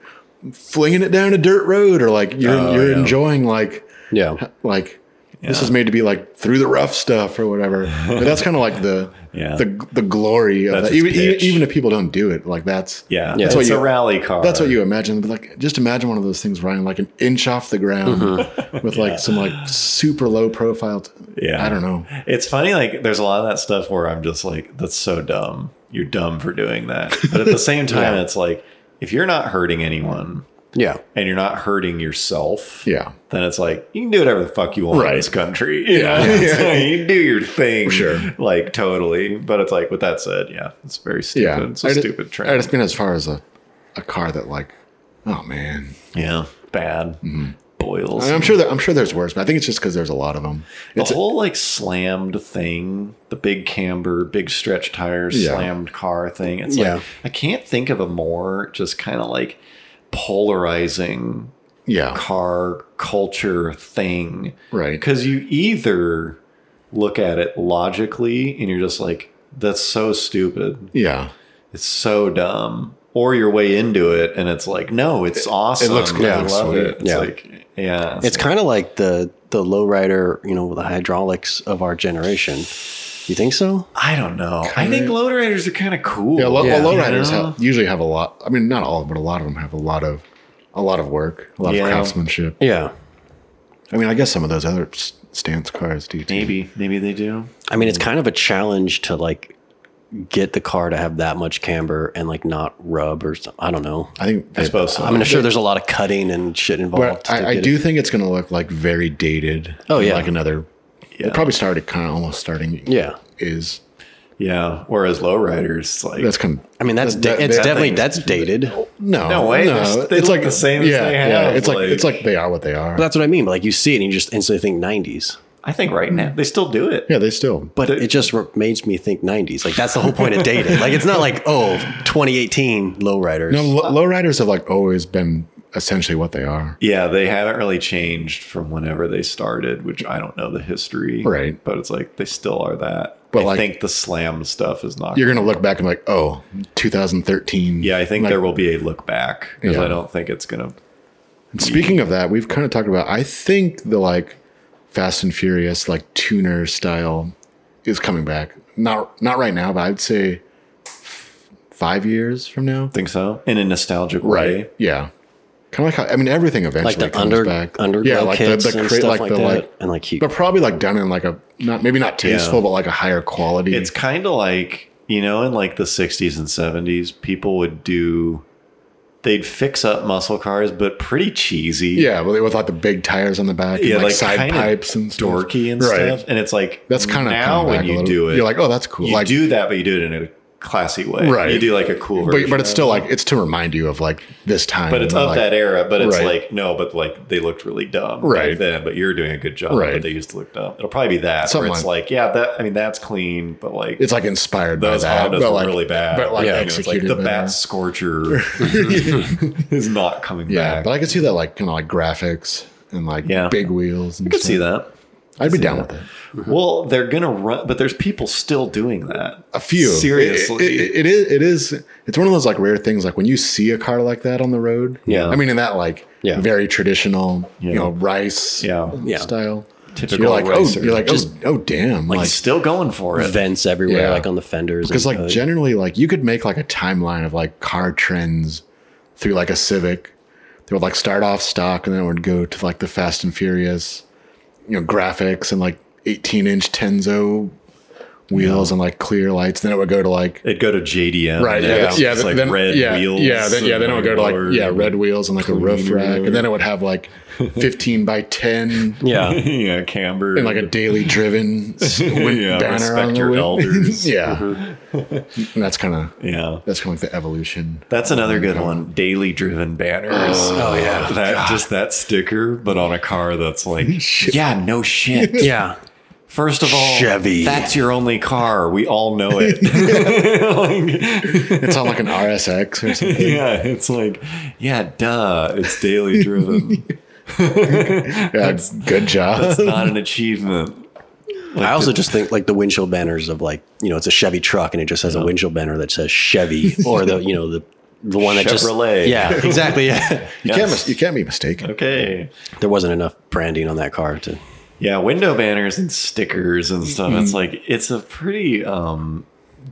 Speaker 4: flinging it down a dirt road, or like you're
Speaker 3: Oh,
Speaker 4: you're
Speaker 3: yeah.
Speaker 4: enjoying like
Speaker 5: Yeah.
Speaker 4: like this
Speaker 3: Yeah.
Speaker 4: is made to be like through the rough stuff or whatever. But that's kind of like the
Speaker 3: [laughs] Yeah.
Speaker 4: the the glory of
Speaker 3: That's
Speaker 4: that.
Speaker 3: its
Speaker 4: Even, even
Speaker 3: pitch.
Speaker 4: even if people don't do it, like that's
Speaker 3: Yeah.
Speaker 5: Yeah.
Speaker 3: It's
Speaker 5: That's
Speaker 4: what
Speaker 3: a
Speaker 4: you-
Speaker 3: rally car.
Speaker 4: that's what you imagine. But like, just imagine one of those things running like an inch off the ground
Speaker 3: Mm-hmm.
Speaker 4: [laughs] with like some like super low profile. T-
Speaker 3: Yeah.
Speaker 4: I don't know.
Speaker 3: It's funny, like there's a lot of that stuff where I'm just like, that's so dumb. You're dumb for doing that. But at the same time,
Speaker 4: [laughs] Yeah.
Speaker 3: it's like if you're not hurting anyone
Speaker 5: Yeah.
Speaker 3: and you're not hurting yourself,
Speaker 4: Yeah,
Speaker 3: then it's like you can do whatever the fuck you want
Speaker 4: Right.
Speaker 3: in this country. [laughs] You
Speaker 4: Yeah.
Speaker 3: know?
Speaker 4: Yeah.
Speaker 3: It's like, you do your thing.
Speaker 4: Sure.
Speaker 3: Like totally. But it's like with that said, yeah, it's very stupid.
Speaker 4: yeah.
Speaker 3: It's a
Speaker 4: I just-
Speaker 3: stupid
Speaker 4: I
Speaker 3: trend.
Speaker 4: just mean as far as a a car that like, oh man.
Speaker 3: yeah. Bad.
Speaker 4: Mm-hmm.
Speaker 3: Boils.
Speaker 4: I mean, I'm sure that I'm sure there's worse, but I think it's just because there's a lot of them.
Speaker 3: the
Speaker 4: Uh, It's
Speaker 3: whole like slammed thing, the big camber, big stretch tires,
Speaker 4: Yeah.
Speaker 3: slammed car thing. It's
Speaker 5: Yeah.
Speaker 3: like I can't think of a more just kind of like polarizing
Speaker 4: yeah,
Speaker 3: car culture thing.
Speaker 4: right.
Speaker 3: Because you either look at it logically and you're just like, that's so stupid.
Speaker 4: Yeah,
Speaker 3: It's so dumb. Or you're way into it and it's like, no, it's awesome.
Speaker 4: looks cool.
Speaker 3: I
Speaker 4: It looks
Speaker 3: love
Speaker 4: sweet.
Speaker 3: it. It's
Speaker 5: Yeah.
Speaker 3: like, yeah.
Speaker 5: It's kind of like the the lowrider, you know, the hydraulics of our generation. You think so?
Speaker 3: I don't know. I think load riders are kind of cool.
Speaker 4: yeah. Lo-
Speaker 5: Yeah.
Speaker 4: Well, lowriders
Speaker 3: You know?
Speaker 4: have, usually have a lot. I mean, not all of them, but a lot of them have a lot of a lot of work, a lot
Speaker 3: Yeah.
Speaker 4: of craftsmanship.
Speaker 5: Yeah.
Speaker 4: I mean, I guess some of those other s- stance cars do. Too.
Speaker 3: Maybe, maybe they do.
Speaker 5: I mean, it's kind of a challenge to like get the car to have that much camber and like not rub or something. I don't know.
Speaker 4: I think.
Speaker 3: I suppose so.
Speaker 5: I mean, I'm sure there's a lot of cutting and shit
Speaker 4: Well,
Speaker 5: involved. to
Speaker 4: I, I
Speaker 5: get
Speaker 4: do
Speaker 5: it-
Speaker 4: think it's going to look like very dated.
Speaker 5: Oh, yeah.
Speaker 4: like another. It probably started kind of almost starting.
Speaker 5: Yeah.
Speaker 4: is
Speaker 3: Yeah. Whereas lowriders, like
Speaker 4: that's kind of.
Speaker 5: I mean, that's da- it's
Speaker 3: that
Speaker 5: definitely
Speaker 3: thing-
Speaker 5: that's dated.
Speaker 4: No,
Speaker 3: No way,
Speaker 4: No,
Speaker 3: they're- they
Speaker 4: it's
Speaker 3: look
Speaker 4: like
Speaker 3: the same as
Speaker 4: Yeah,
Speaker 3: they
Speaker 4: yeah.
Speaker 3: have,
Speaker 4: It's like,
Speaker 3: like-
Speaker 4: it's like they are what they are.
Speaker 5: But that's what I mean. But like you see it and you just instantly think 90s.
Speaker 3: I think right now they still do it.
Speaker 4: yeah, they still.
Speaker 5: But it just re- made me think 90s. Like that's the whole point of dated. Like it's not like oh 2018 lowriders.
Speaker 4: No, lo- lowriders have like always been essentially what they are.
Speaker 3: Yeah, they haven't really changed from whenever they started, which I don't know the history.
Speaker 4: Right.
Speaker 3: But it's like they still are that.
Speaker 4: But,
Speaker 3: I
Speaker 4: like-
Speaker 3: think the slam stuff is not.
Speaker 4: You're gonna look back and be like, oh, 2013.
Speaker 3: yeah, I think
Speaker 4: Like,
Speaker 3: there will be a look back because
Speaker 4: Yeah.
Speaker 3: I don't think it's gonna.
Speaker 4: Speaking of that, we've kind of talked about. I think the like Fast and Furious like tuner style is coming back. Not not right now, but I'd say f- five years from now.
Speaker 3: Think so in a nostalgic way.
Speaker 4: Yeah. Kind of like how I mean everything eventually
Speaker 5: like the
Speaker 4: comes
Speaker 5: under
Speaker 4: back.
Speaker 5: underground
Speaker 4: yeah, like
Speaker 5: kits and
Speaker 4: cra-
Speaker 5: stuff like, that, and like he,
Speaker 4: but probably like done in like a not maybe not tasteful, but like a higher quality.
Speaker 3: It's kind of like you know, in like the '60s and '70s, people would do they'd fix up muscle cars, but pretty cheesy.
Speaker 4: Yeah, well, they with like the big tires on the back, and
Speaker 3: Yeah,
Speaker 4: like,
Speaker 3: like,
Speaker 4: side
Speaker 3: kinda
Speaker 4: pipes and stuff.
Speaker 3: dorky and
Speaker 4: Right.
Speaker 3: stuff. And it's like
Speaker 4: That's kind of
Speaker 3: now when you do it,
Speaker 4: You're like, oh, that's cool.
Speaker 3: you
Speaker 4: like,
Speaker 3: do that, but you do it in a classy way.
Speaker 4: Right.
Speaker 3: You do like a cool version,
Speaker 4: but but it's still like it's to remind you of like this time.
Speaker 3: But it's
Speaker 4: and,
Speaker 3: of
Speaker 4: like,
Speaker 3: that era. But it's
Speaker 4: Right.
Speaker 3: like no, but like they looked really dumb back
Speaker 4: Right.
Speaker 3: then. But you're doing a good job.
Speaker 4: Right.
Speaker 3: But they used to look dumb. It'll probably be that.
Speaker 4: Something
Speaker 3: where it's
Speaker 4: like-
Speaker 3: like, yeah, that. I mean, that's clean, but like
Speaker 4: It's like inspired
Speaker 3: those
Speaker 4: by that,
Speaker 3: Hondas
Speaker 4: but
Speaker 3: were
Speaker 4: like
Speaker 3: really bad.
Speaker 4: but, like,
Speaker 3: You know,
Speaker 4: executed
Speaker 3: the
Speaker 4: better.
Speaker 3: Bat
Speaker 4: [laughs]
Speaker 3: Scorcher [laughs] is not coming
Speaker 4: yeah.
Speaker 3: back.
Speaker 4: But I could see that like kind of like graphics and like
Speaker 3: Yeah.
Speaker 4: big wheels. And
Speaker 3: I could see that.
Speaker 4: I'd be down with it.
Speaker 3: Well, they're gonna run, but there's people still doing that.
Speaker 4: A few
Speaker 3: seriously.
Speaker 4: It- it- it is. It is. It's one of those like rare things. Like when you see a car like that on the road.
Speaker 5: Yeah.
Speaker 4: I mean, in that like
Speaker 5: Yeah.
Speaker 4: very traditional, you
Speaker 3: Yeah.
Speaker 4: know, rice
Speaker 3: Yeah.
Speaker 5: Yeah.
Speaker 4: style.
Speaker 3: Typical
Speaker 4: you're like,
Speaker 3: racer.
Speaker 4: oh, you're like,
Speaker 5: Just-
Speaker 4: oh, oh, damn,
Speaker 3: like,
Speaker 4: like
Speaker 3: still going for it.
Speaker 5: Vents everywhere,
Speaker 4: Yeah.
Speaker 5: like on the fenders.
Speaker 4: because
Speaker 5: and,
Speaker 4: like
Speaker 5: uh,
Speaker 4: generally like you could make like a timeline of like car trends through like a civic they would like start off stock and then it would go to like the fast and furious you know graphics and like 18 inch tenzo wheels and like clear lights then it would go to like
Speaker 3: It'd go to JDM.
Speaker 4: right
Speaker 3: and
Speaker 4: yeah
Speaker 3: it's
Speaker 4: yeah
Speaker 3: like
Speaker 4: then,
Speaker 3: red
Speaker 4: yeah,
Speaker 3: wheels.
Speaker 4: yeah then, yeah
Speaker 3: and
Speaker 4: then it would go to
Speaker 3: lower-
Speaker 4: like yeah red wheels and like a roof
Speaker 3: clean
Speaker 4: rack
Speaker 3: or-
Speaker 4: and then it would have like [laughs] 15 by 10 [laughs]
Speaker 5: yeah,
Speaker 3: [laughs] yeah, camber.
Speaker 4: and like a daily driven s- win-
Speaker 3: Yeah,
Speaker 4: banner on
Speaker 3: respect
Speaker 4: the
Speaker 3: your
Speaker 4: wheel. [laughs]
Speaker 3: elders.
Speaker 4: yeah and that's kind of
Speaker 3: yeah.
Speaker 4: that's kind of like the evolution
Speaker 3: That's another good one. Daily driven banners. Oh, yeah, that just that sticker, but on a car that's
Speaker 5: [laughs]
Speaker 3: like, yeah, no shit.
Speaker 5: yeah.
Speaker 3: First of all,
Speaker 5: Chevy.
Speaker 3: That's your only car. We all know
Speaker 5: [laughs]
Speaker 3: it.
Speaker 4: It's on like an RSX or something.
Speaker 3: [laughs] [laughs] yeah, it's like, yeah, duh. It's daily driven.
Speaker 4: Yeah, good job.
Speaker 5: [laughs]
Speaker 4: [laughs]
Speaker 3: That's not an achievement.
Speaker 5: I also just think like the windshield banners of like you know it's a Chevy truck and it just has a windshield banner that says Chevy or the you know the the one that
Speaker 3: Chevrolet.
Speaker 5: just yeah exactly yeah
Speaker 4: you, can't mis- you can't be mistaken.
Speaker 3: Okay.
Speaker 5: there wasn't enough branding on that car to
Speaker 3: Yeah, window banners and stickers and stuff. It's
Speaker 5: Mm-hmm.
Speaker 3: like it's a pretty um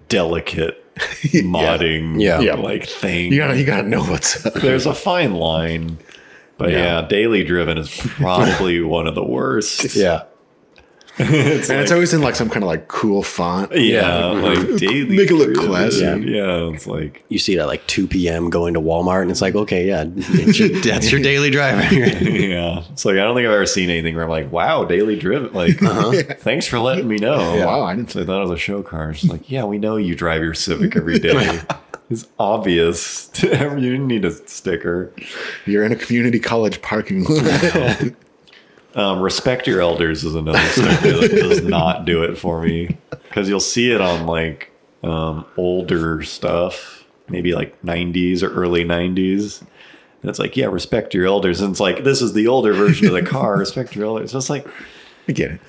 Speaker 3: delicate modding
Speaker 5: [laughs] Yeah. Yeah.
Speaker 3: like thing.
Speaker 4: You gotta you gotta know what's up.
Speaker 3: There's a fine line. But yeah. daily driven is
Speaker 4: [laughs]
Speaker 3: probably one of the worst. [laughs]
Speaker 5: yeah
Speaker 4: and it's always in like some kind of like cool font.
Speaker 3: Yeah, like daily.
Speaker 4: [laughs] Make it look
Speaker 3: Driven.
Speaker 4: classy.
Speaker 3: Yeah, it's like [laughs]
Speaker 5: you see it at like 2 p.m. going to Walmart and it's like okay yeah it's
Speaker 4: [laughs]
Speaker 5: your- that's your daily driver
Speaker 3: yeah. It's like I don't think I've ever seen anything where I'm like, wow, daily driven.
Speaker 4: [laughs]
Speaker 3: Like, [laughs] thanks for letting me know.
Speaker 4: Uh-huh. Wow, I didn't
Speaker 3: So I thought it was a show car. It's like, yeah, we know you drive your Civic
Speaker 4: [laughs]
Speaker 3: every day. it's obvious. To every, you didn't need a sticker.
Speaker 4: You're in a community college parking lot.
Speaker 3: Um, respect your elders is another [laughs] sticker that does not do it for me because you'll see it on like um, older stuff, maybe like 90s or early 90s. And it's like, yeah, respect your elders. And it's like, this is the older version of the car. Respect your elders. So it's like,
Speaker 4: [laughs] I get it.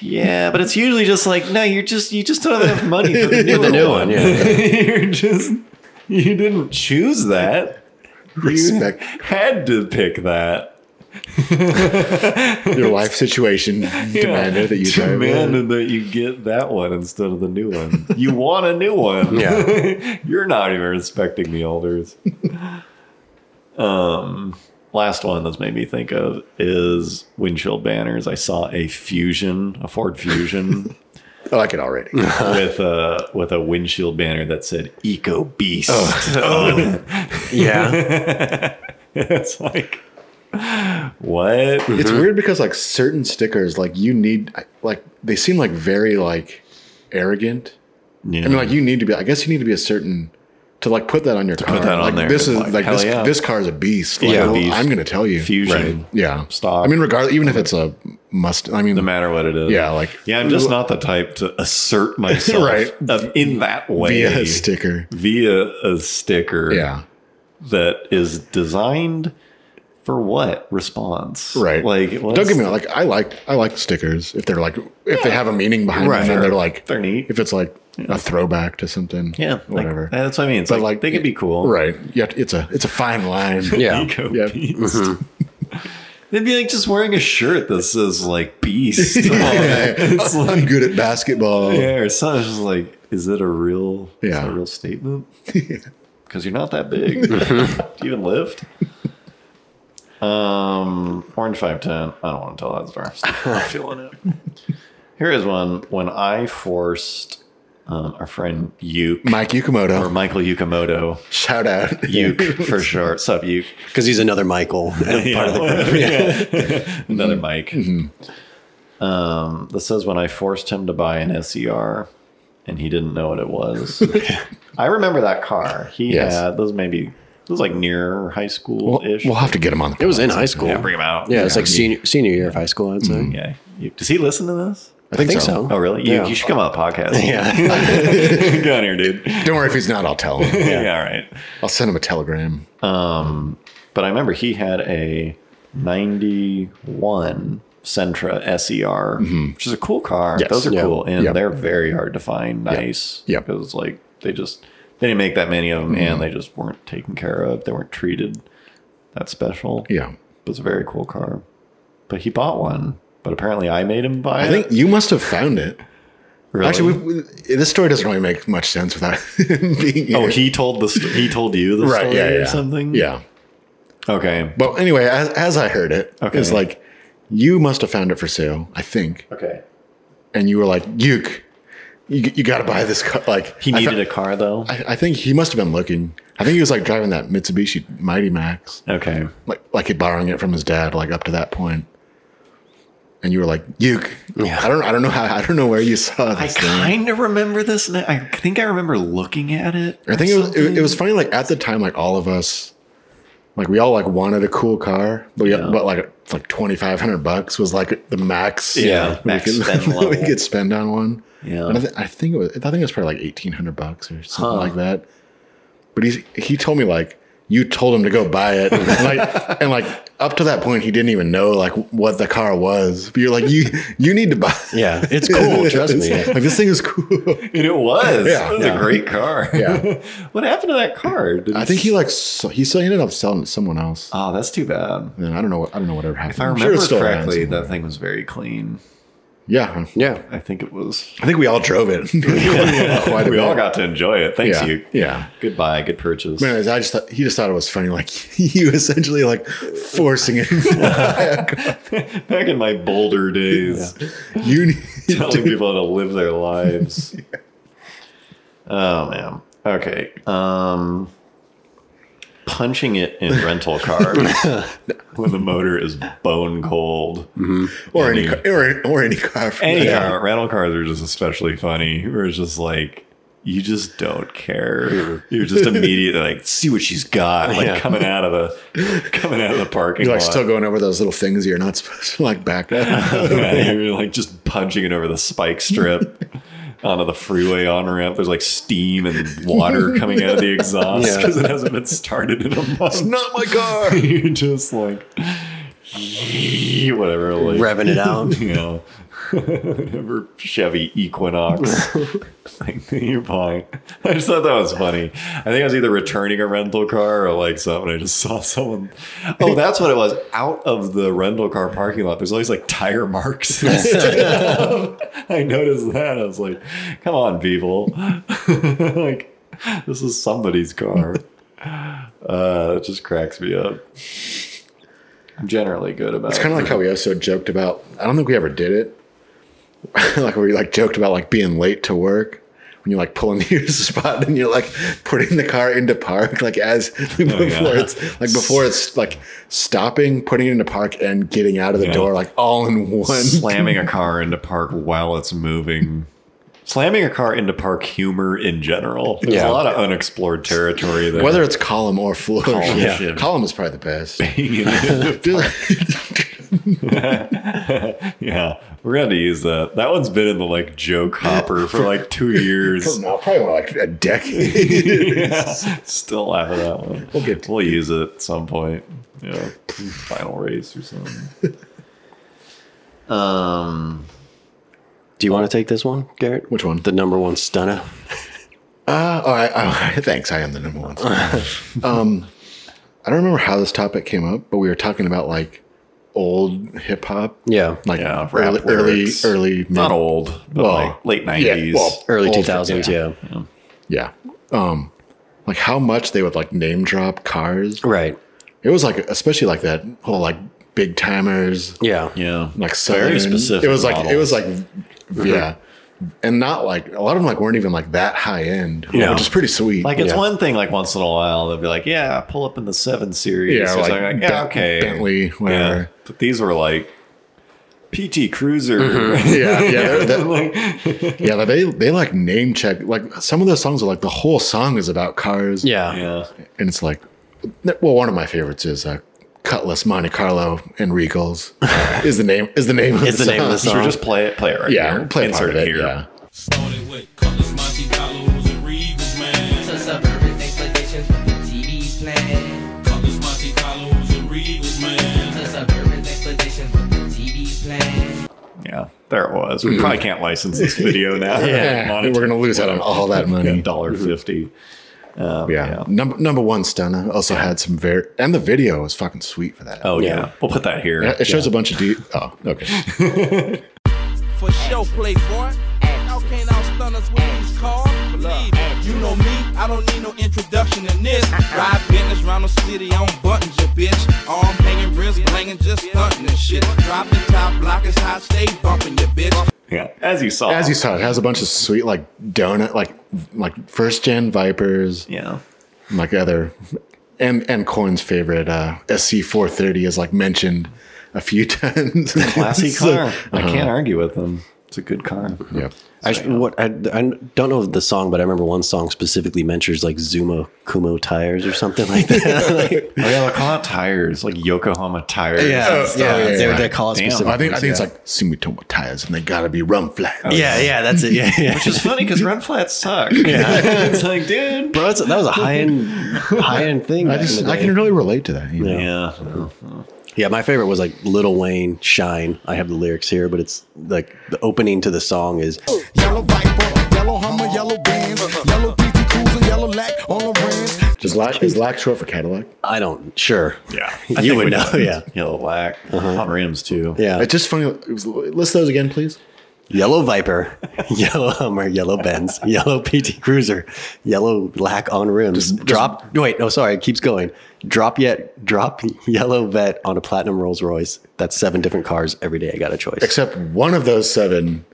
Speaker 3: yeah, but it's usually just like, no, you're just you just don't have enough money for the new,
Speaker 5: new one, yeah.
Speaker 3: [laughs] you're just you didn't choose that.
Speaker 4: Respect
Speaker 3: You had to pick that.
Speaker 4: your life situation demanded that you drive. it.
Speaker 3: demanded that you get that one instead of the new one. You want a new one.
Speaker 5: Yeah.
Speaker 3: [laughs] you're not even respecting the elders. [laughs] um last one that's made me think of is windshield banners. I saw a Fusion, a Ford Fusion
Speaker 4: I like it already.
Speaker 3: with a with a windshield banner that said
Speaker 5: [laughs]
Speaker 3: "Eco Beast."
Speaker 5: yeah
Speaker 3: [laughs] it's like what?
Speaker 4: It's weird because like certain stickers, like you need like they seem like very like arrogant.
Speaker 3: Yeah.
Speaker 4: I mean, like you need to be. I guess you need to be a certain to like put that on your car.
Speaker 3: that on
Speaker 4: like
Speaker 3: there.
Speaker 4: this is
Speaker 3: Like,
Speaker 4: like
Speaker 3: hell
Speaker 4: this
Speaker 3: yeah.
Speaker 4: this car is a beast. Like,
Speaker 3: Yeah.
Speaker 4: well,
Speaker 3: Beast.
Speaker 4: I'm gonna tell you.
Speaker 3: Fusion.
Speaker 4: Yeah,
Speaker 3: Stock.
Speaker 4: I mean, regardless, even if it's a must. I mean,
Speaker 3: no matter what it is.
Speaker 4: Yeah, like-
Speaker 3: yeah, I'm just not the type to
Speaker 4: [laughs]
Speaker 3: assert myself
Speaker 4: Right.
Speaker 3: of- in that way
Speaker 4: via a sticker.
Speaker 3: via a sticker
Speaker 4: Yeah,
Speaker 3: that is designed for what response?
Speaker 4: right.
Speaker 3: Like
Speaker 4: don't get me wrong. Like, I like I like stickers if they're like if they have a meaning behind
Speaker 3: Right.
Speaker 4: them and they're like
Speaker 3: They're neat.
Speaker 4: if it's like a throwback to something.
Speaker 3: yeah, like,
Speaker 4: whatever.
Speaker 3: that's what I mean. It's
Speaker 4: But,
Speaker 3: like,
Speaker 4: like,
Speaker 3: they could be cool. [laughs]
Speaker 4: right. Yeah, it's a it's a fine line.
Speaker 5: yeah
Speaker 3: Eco
Speaker 4: Yeah. [laughs] Mm-hmm.
Speaker 3: beast. [laughs] They'd be like just wearing a shirt that says like
Speaker 4: [laughs]
Speaker 3: beast. on it. It's like
Speaker 4: I'm good at basketball.
Speaker 3: yeah, or something. It's just like, is it a real? is
Speaker 4: Yeah.
Speaker 3: that a real [laughs] statement. Because you're not that big.
Speaker 4: [laughs]
Speaker 3: Do you even lift? Um, orange five ten. I don't want to tell
Speaker 4: [laughs]
Speaker 3: that story. I'm feeling it. Here is one. When I forced um, our friend Yuke
Speaker 4: Mike
Speaker 3: or
Speaker 4: Yukamoto.
Speaker 3: Michael Yukamoto.
Speaker 4: Shout out. [laughs]
Speaker 3: Yuke for short. Sup, Yuke.
Speaker 5: because he's another Michael. and part of the
Speaker 4: [laughs]
Speaker 5: group.
Speaker 3: Yeah. [laughs] Another mic.
Speaker 4: Mm-hmm.
Speaker 3: Um, this says when I forced him to buy an SER and he didn't know what it
Speaker 4: [laughs]
Speaker 3: was. I remember that car. He
Speaker 4: Yes.
Speaker 3: had those maybe it was like near high
Speaker 4: We'll,
Speaker 3: school ish.
Speaker 4: we'll have to get him on the
Speaker 5: It was in high school.
Speaker 3: yeah,
Speaker 5: Yeah,
Speaker 3: bring him out.
Speaker 5: it's like senior senior year of high school. I'd say.
Speaker 3: yeah. You- Does he listen to this?
Speaker 4: I think,
Speaker 5: I think
Speaker 4: so.
Speaker 5: so.
Speaker 3: Oh really? You,
Speaker 5: Yeah.
Speaker 3: you should come on the podcast.
Speaker 5: Yeah,
Speaker 3: Get on here, dude.
Speaker 4: Don't worry if he's not, I'll tell him.
Speaker 3: [laughs] Yeah. all right.
Speaker 4: I'll send him a telegram.
Speaker 3: But I remember he had a 91 Sentra E SER,
Speaker 4: Mm-hmm.
Speaker 3: which is a cool car.
Speaker 4: Yes.
Speaker 3: Those are
Speaker 4: Yeah.
Speaker 3: cool. And
Speaker 4: Yep.
Speaker 3: they're very hard to find nice.
Speaker 4: Yep.
Speaker 3: Because, like, they just, they didn't make that many of them and they just weren't taken care of. They weren't treated that special.
Speaker 4: Yeah.
Speaker 3: It was a very cool car. But he bought one. But apparently I made him buy
Speaker 4: I
Speaker 3: it.
Speaker 4: think you must have found it.
Speaker 3: Really?
Speaker 4: Actually, we, we, this story doesn't really make much sense without [laughs] being
Speaker 3: Oh,
Speaker 4: here.
Speaker 3: he told the st- he told you the
Speaker 4: right,
Speaker 3: story
Speaker 4: yeah, yeah,
Speaker 3: or something.
Speaker 4: Yeah,
Speaker 3: Okay.
Speaker 4: but anyway, as, as I heard it,
Speaker 3: Okay.
Speaker 4: it's like you must have found it for sale, I think,
Speaker 3: Okay.
Speaker 4: and you were like, "Yuke, you, you got to buy this car." Like
Speaker 3: He
Speaker 4: I
Speaker 3: needed
Speaker 4: fo-
Speaker 3: a car though.
Speaker 4: I, I think he must have been looking. I think he was like driving that Mitsubishi Mighty Max,
Speaker 3: okay.
Speaker 4: like like he borrowing it from his dad, like up to that point. And you were like, "Yuke,
Speaker 5: Yeah.
Speaker 4: I don't, I don't know how, I don't know where you saw
Speaker 3: I
Speaker 4: this." thing.
Speaker 3: kind of remember this. Now. I think I remember looking at it.
Speaker 4: I
Speaker 3: or
Speaker 4: think it was it,
Speaker 3: something.
Speaker 4: it was funny. Like at the time, like all of us, like we all like wanted a cool car, but, we, but like it's like twenty five hundred bucks was like the max.
Speaker 3: Yeah,
Speaker 4: that
Speaker 3: max
Speaker 4: we could, [laughs]
Speaker 3: spend
Speaker 4: that we
Speaker 3: level.
Speaker 4: could spend on one.
Speaker 3: Yeah.
Speaker 4: and I, th- I think it was. I think it was probably like eighteen hundred bucks or something
Speaker 5: Huh.
Speaker 4: like that. But he he told me like you told him to go buy it, and like and like up to that point he didn't even know like what the car was. But you're like you you need to buy. it."
Speaker 5: yeah, it's
Speaker 4: [laughs]
Speaker 5: cool. Trust me.
Speaker 4: Like this thing is cool.
Speaker 3: And it was.
Speaker 4: Yeah.
Speaker 3: It was a great car.
Speaker 4: Yeah.
Speaker 3: [laughs] what happened to that car? Did
Speaker 4: I think he like so, he still ended up selling it to someone else.
Speaker 3: Oh, that's too bad.
Speaker 4: Then I don't know. I don't know whatever happened.
Speaker 3: If I remember correctly, that thing was very clean.
Speaker 4: yeah,
Speaker 5: Yeah,
Speaker 3: I think it was.
Speaker 4: I think we all drove it. [laughs] Quite a
Speaker 3: We
Speaker 4: bit.
Speaker 3: all got to enjoy it. Thanks,
Speaker 4: yeah,
Speaker 3: you.
Speaker 4: yeah.
Speaker 3: Goodbye. Good purchase.
Speaker 4: But anyways, I just thought, he just thought it was funny, like [laughs] you essentially like forcing it.
Speaker 3: [laughs] Back in my Boulder days,
Speaker 4: [laughs] you need
Speaker 3: [laughs] telling
Speaker 4: to,
Speaker 3: people how to live their lives. Oh man. Okay. Um, punching it in rental cars when the motor is bone cold.
Speaker 4: or any car, or, or any car. for
Speaker 3: any
Speaker 4: that.
Speaker 3: car rental cars are just especially funny where it's just like you just don't care you're just immediately like see what she's got like coming out of the coming out of the parking
Speaker 4: You're like
Speaker 3: lot
Speaker 4: still going over those little things you're not [laughs] supposed to like back. up.
Speaker 3: [laughs] Yeah, you're like just punching it over the spike strip onto the freeway on ramp there's like steam and water coming out of the exhaust
Speaker 5: Yeah.
Speaker 3: because it hasn't been started in a month it's
Speaker 4: [laughs] not my
Speaker 3: [laughs]
Speaker 4: car.
Speaker 3: you're just like [laughs] whatever like
Speaker 5: [laughs] revving it out.
Speaker 3: you know, [laughs] whatever Chevy Equinox thing that you're buying. I just thought that was funny. I think I was either returning a rental car or like something. I just [laughs] saw someone. Oh, that's what it was. Out of the rental car parking lot, there's always like tire marks. and stuff. I noticed that. I was like, come on, people. [laughs] like, this is somebody's car. Uh, it just cracks me up. I'm generally good about
Speaker 4: It's kind of like how we also joked about. I don't think we ever did it. [laughs] like we like joked about like being late to work when you like pull [laughs] into your spot and you're like putting the car into park like as [laughs]
Speaker 3: Oh,
Speaker 4: before it's like before it's like stopping, putting it into park, and getting out of the
Speaker 3: Yeah.
Speaker 4: door like all
Speaker 3: [laughs]
Speaker 4: in one.
Speaker 3: slamming a car into park while it's moving. Slamming a car into park humor in general. There's
Speaker 5: Yeah.
Speaker 3: a lot of unexplored territory there. [laughs]
Speaker 4: Whether it's column or floor, column,
Speaker 3: yeah.
Speaker 4: column is probably the best.
Speaker 3: yeah, we're gonna have to use that. That one's been in the like joke hopper for like two
Speaker 4: [laughs]
Speaker 3: years.
Speaker 4: No, probably like a decade.
Speaker 3: Yeah, Still laugh at that one. We'll
Speaker 4: get to
Speaker 3: we'll use it at some point. Yeah, final race or something. Um.
Speaker 5: [laughs] Do you want to take this one,
Speaker 4: [laughs]
Speaker 5: Garrett?
Speaker 4: Which one?
Speaker 5: The number one stunner.
Speaker 4: Uh, all right, all right. Thanks. I am the number one. um, I don't remember how this topic came up, but we were talking about like old hip hop.
Speaker 5: Yeah.
Speaker 4: Like
Speaker 3: Yeah, rap
Speaker 4: early, early,
Speaker 3: lyrics.
Speaker 4: early, mid-
Speaker 3: not old, but
Speaker 4: Well,
Speaker 3: like late
Speaker 4: yeah,
Speaker 3: nineties.
Speaker 4: well,
Speaker 5: Early
Speaker 4: old-
Speaker 5: two thousands. Yeah.
Speaker 4: Yeah. Um, like how much they would like name drop cars.
Speaker 5: Right.
Speaker 4: It was like, especially like that whole like big timers,
Speaker 5: Yeah.
Speaker 3: yeah, very
Speaker 4: like Southern-
Speaker 3: specific. Mm-hmm.
Speaker 4: It was like, it was like, yeah, and not like a lot of them like weren't even like that high end,
Speaker 3: Yeah.
Speaker 4: which is pretty sweet.
Speaker 3: Like it's
Speaker 5: Yeah.
Speaker 3: one thing, like once in a while they'll be like, "Yeah, pull up in the seven series."
Speaker 4: yeah,
Speaker 3: or
Speaker 4: like,
Speaker 3: something like, yeah,
Speaker 4: Bent-
Speaker 3: okay,
Speaker 4: Bentley,
Speaker 3: [laughs] Yeah,
Speaker 4: whatever.
Speaker 3: but these were like PT Cruiser. [laughs]
Speaker 4: Mm-hmm. Yeah, yeah, they're- they're-
Speaker 3: Like,
Speaker 4: [laughs] yeah. They they like name check. Like some of those songs are like the whole song is about cars.
Speaker 5: Yeah.
Speaker 3: yeah,
Speaker 4: and it's like, well, one of my favorites is uh, Cutlass, Monte Carlo, and
Speaker 3: [laughs]
Speaker 4: Regals is the name is the name of
Speaker 5: Is
Speaker 4: the
Speaker 5: the name of the
Speaker 4: song.
Speaker 3: sure,
Speaker 5: song.
Speaker 3: just play it, play it right
Speaker 4: Yeah,
Speaker 3: here.
Speaker 4: we'll play a part
Speaker 3: Insert
Speaker 4: of it.
Speaker 3: here.
Speaker 4: Yeah.
Speaker 6: Started with colors, Monte Carlos and Reeves,
Speaker 7: To
Speaker 6: man.
Speaker 7: suburban exploitations with the TV's plan.
Speaker 6: Colors, Monte Carlos and Reeves, man.
Speaker 7: To suburban exploitations with the TV's plan.
Speaker 3: yeah, there it was. We probably can't license this video now.
Speaker 4: Mm-hmm. [laughs] Yeah,
Speaker 3: [laughs] Monetize-
Speaker 4: we're gonna lose out on all that money.
Speaker 3: [laughs]
Speaker 4: Mm-hmm.
Speaker 3: Yeah, dollar fifty. Um,
Speaker 4: Yeah. Number number one stunner also had some very and the video was fucking sweet for that.
Speaker 3: Oh yeah.
Speaker 5: Yeah.
Speaker 3: we'll put that here.
Speaker 4: Yeah, it shows a bunch of de- oh okay.
Speaker 8: For show play, boy. Y'all can't outstun us with these cars. Believe it. You know me, I don't need no introduction in this. Ride business round the city on buttons, your bitch. Arm hanging, wrist blanging, just stunting and shit. Dropping top block is hot, stay bumping, your bitch.
Speaker 3: Yeah, as you saw.
Speaker 4: As you saw, it has a bunch of sweet like donut like like first gen Vipers,
Speaker 3: Yeah.
Speaker 4: and, like other and and Corn's favorite uh, SC430 is like mentioned a few [laughs] times.
Speaker 3: Classy
Speaker 4: [laughs] So-
Speaker 3: car. I
Speaker 4: Uh-huh.
Speaker 3: can't argue with them. It's a good car. Oh,
Speaker 4: Yep.
Speaker 5: I, just- what, I, I don't know the song, but I remember one song specifically mentions like Zuma Kumo tires or something like [laughs] that. Like,
Speaker 3: Oh yeah, they call out tires like Yokohama tires.
Speaker 5: Oh, yeah,
Speaker 4: Oh, yeah, yeah,
Speaker 5: They,
Speaker 4: yeah.
Speaker 5: they call it
Speaker 3: Damn.
Speaker 4: I
Speaker 5: specific.
Speaker 4: think I think it's like Sumitomo tires and they gotta be rum flat.
Speaker 5: Yeah, yeah, that's it. Yeah, [laughs] yeah.
Speaker 3: Which is funny because run flats
Speaker 4: [laughs]
Speaker 3: suck. Yeah. it's like, dude.
Speaker 5: Bro, that's, that was a high end, high end thing.
Speaker 4: I
Speaker 5: back in
Speaker 4: just
Speaker 5: the
Speaker 4: I
Speaker 5: day.
Speaker 4: can really relate to that. You know?
Speaker 3: Yeah.
Speaker 5: Yeah, my favorite was like Little Wayne Shine. I have the lyrics here, but it's like the opening to the song is
Speaker 2: Yellow Viper, yellow Hummer, yellow Benz, yellow PT Cruiser, yellow Lac on the rims.
Speaker 4: Just lack is lack short for Cadillac.
Speaker 5: I don't sure.
Speaker 3: Yeah.
Speaker 5: You would know, yeah.
Speaker 3: Yellow lack.
Speaker 4: Uh-huh.
Speaker 3: Hot rims too.
Speaker 5: Yeah.
Speaker 4: It's just funny. it was- List those again, please.
Speaker 5: Yellow Viper, [laughs] Yellow Hummer, Yellow Benz, [laughs] Yellow PT Cruiser, Yellow Lack on rims. drop. wait, no, sorry. It keeps going. Drop yet. Drop Yellow Vet on a platinum Rolls Royce. That's seven different cars every day. I got a choice.
Speaker 3: [laughs]
Speaker 4: Except one of those seven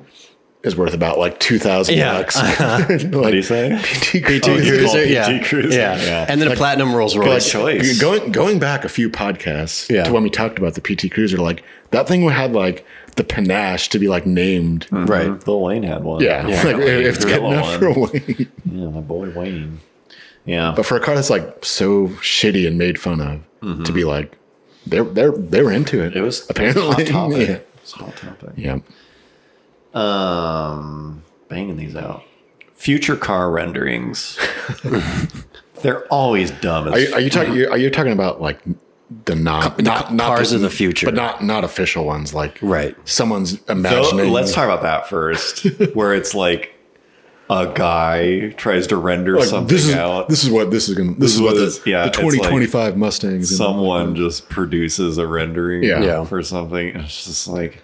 Speaker 4: is worth about like two thousand
Speaker 5: Yeah.
Speaker 4: bucks. [laughs] like, what
Speaker 3: do you say?
Speaker 4: PT
Speaker 5: Two
Speaker 4: Cruiser.
Speaker 5: cruiser,
Speaker 3: PT
Speaker 5: yeah,
Speaker 3: Cruiser,
Speaker 5: yeah,
Speaker 3: yeah.
Speaker 5: and then a platinum Rolls
Speaker 4: Like,
Speaker 5: Royce.
Speaker 3: choice.
Speaker 4: Going going back a few podcasts
Speaker 5: Yeah.
Speaker 4: to when we talked about the PT Cruiser, like that thing had like the panache to be like named.
Speaker 5: Right.
Speaker 3: Lil Wayne had one.
Speaker 4: Yeah, [laughs]
Speaker 3: [laughs]
Speaker 4: like
Speaker 3: Lil Wayne
Speaker 4: if it's
Speaker 3: grew
Speaker 4: good
Speaker 3: a
Speaker 4: enough
Speaker 3: one.
Speaker 4: for Wayne.
Speaker 3: Yeah, my boy Wayne. Yeah.
Speaker 4: But for a car that's like so shitty and made fun of, to be like, they're they're they were into it.
Speaker 3: Mm-hmm. it was
Speaker 4: apparently
Speaker 3: apparently hot topic.
Speaker 4: Yeah.
Speaker 3: It's a hot topic.
Speaker 4: [laughs] yeah.
Speaker 3: Um, banging these out. Future car
Speaker 4: [laughs]
Speaker 3: renderings. They're always dumb. As
Speaker 4: Are you, are you talking? Are you talking about like the not not, not
Speaker 5: cars of the future.
Speaker 4: but not not official ones? Like
Speaker 5: Right.
Speaker 4: someone's
Speaker 3: So,
Speaker 4: imagining.
Speaker 3: let's talk about that [laughs] first, where it's like a guy tries to render
Speaker 4: Like,
Speaker 3: something
Speaker 4: this is
Speaker 3: out.
Speaker 4: this is what this is gonna. This, is what
Speaker 3: this-
Speaker 4: the,
Speaker 3: yeah,
Speaker 4: the
Speaker 3: it's like
Speaker 4: 2025 Mustangs. and-
Speaker 3: Someone just produces a rendering
Speaker 4: Yeah. Yeah.
Speaker 3: for something. and It's just like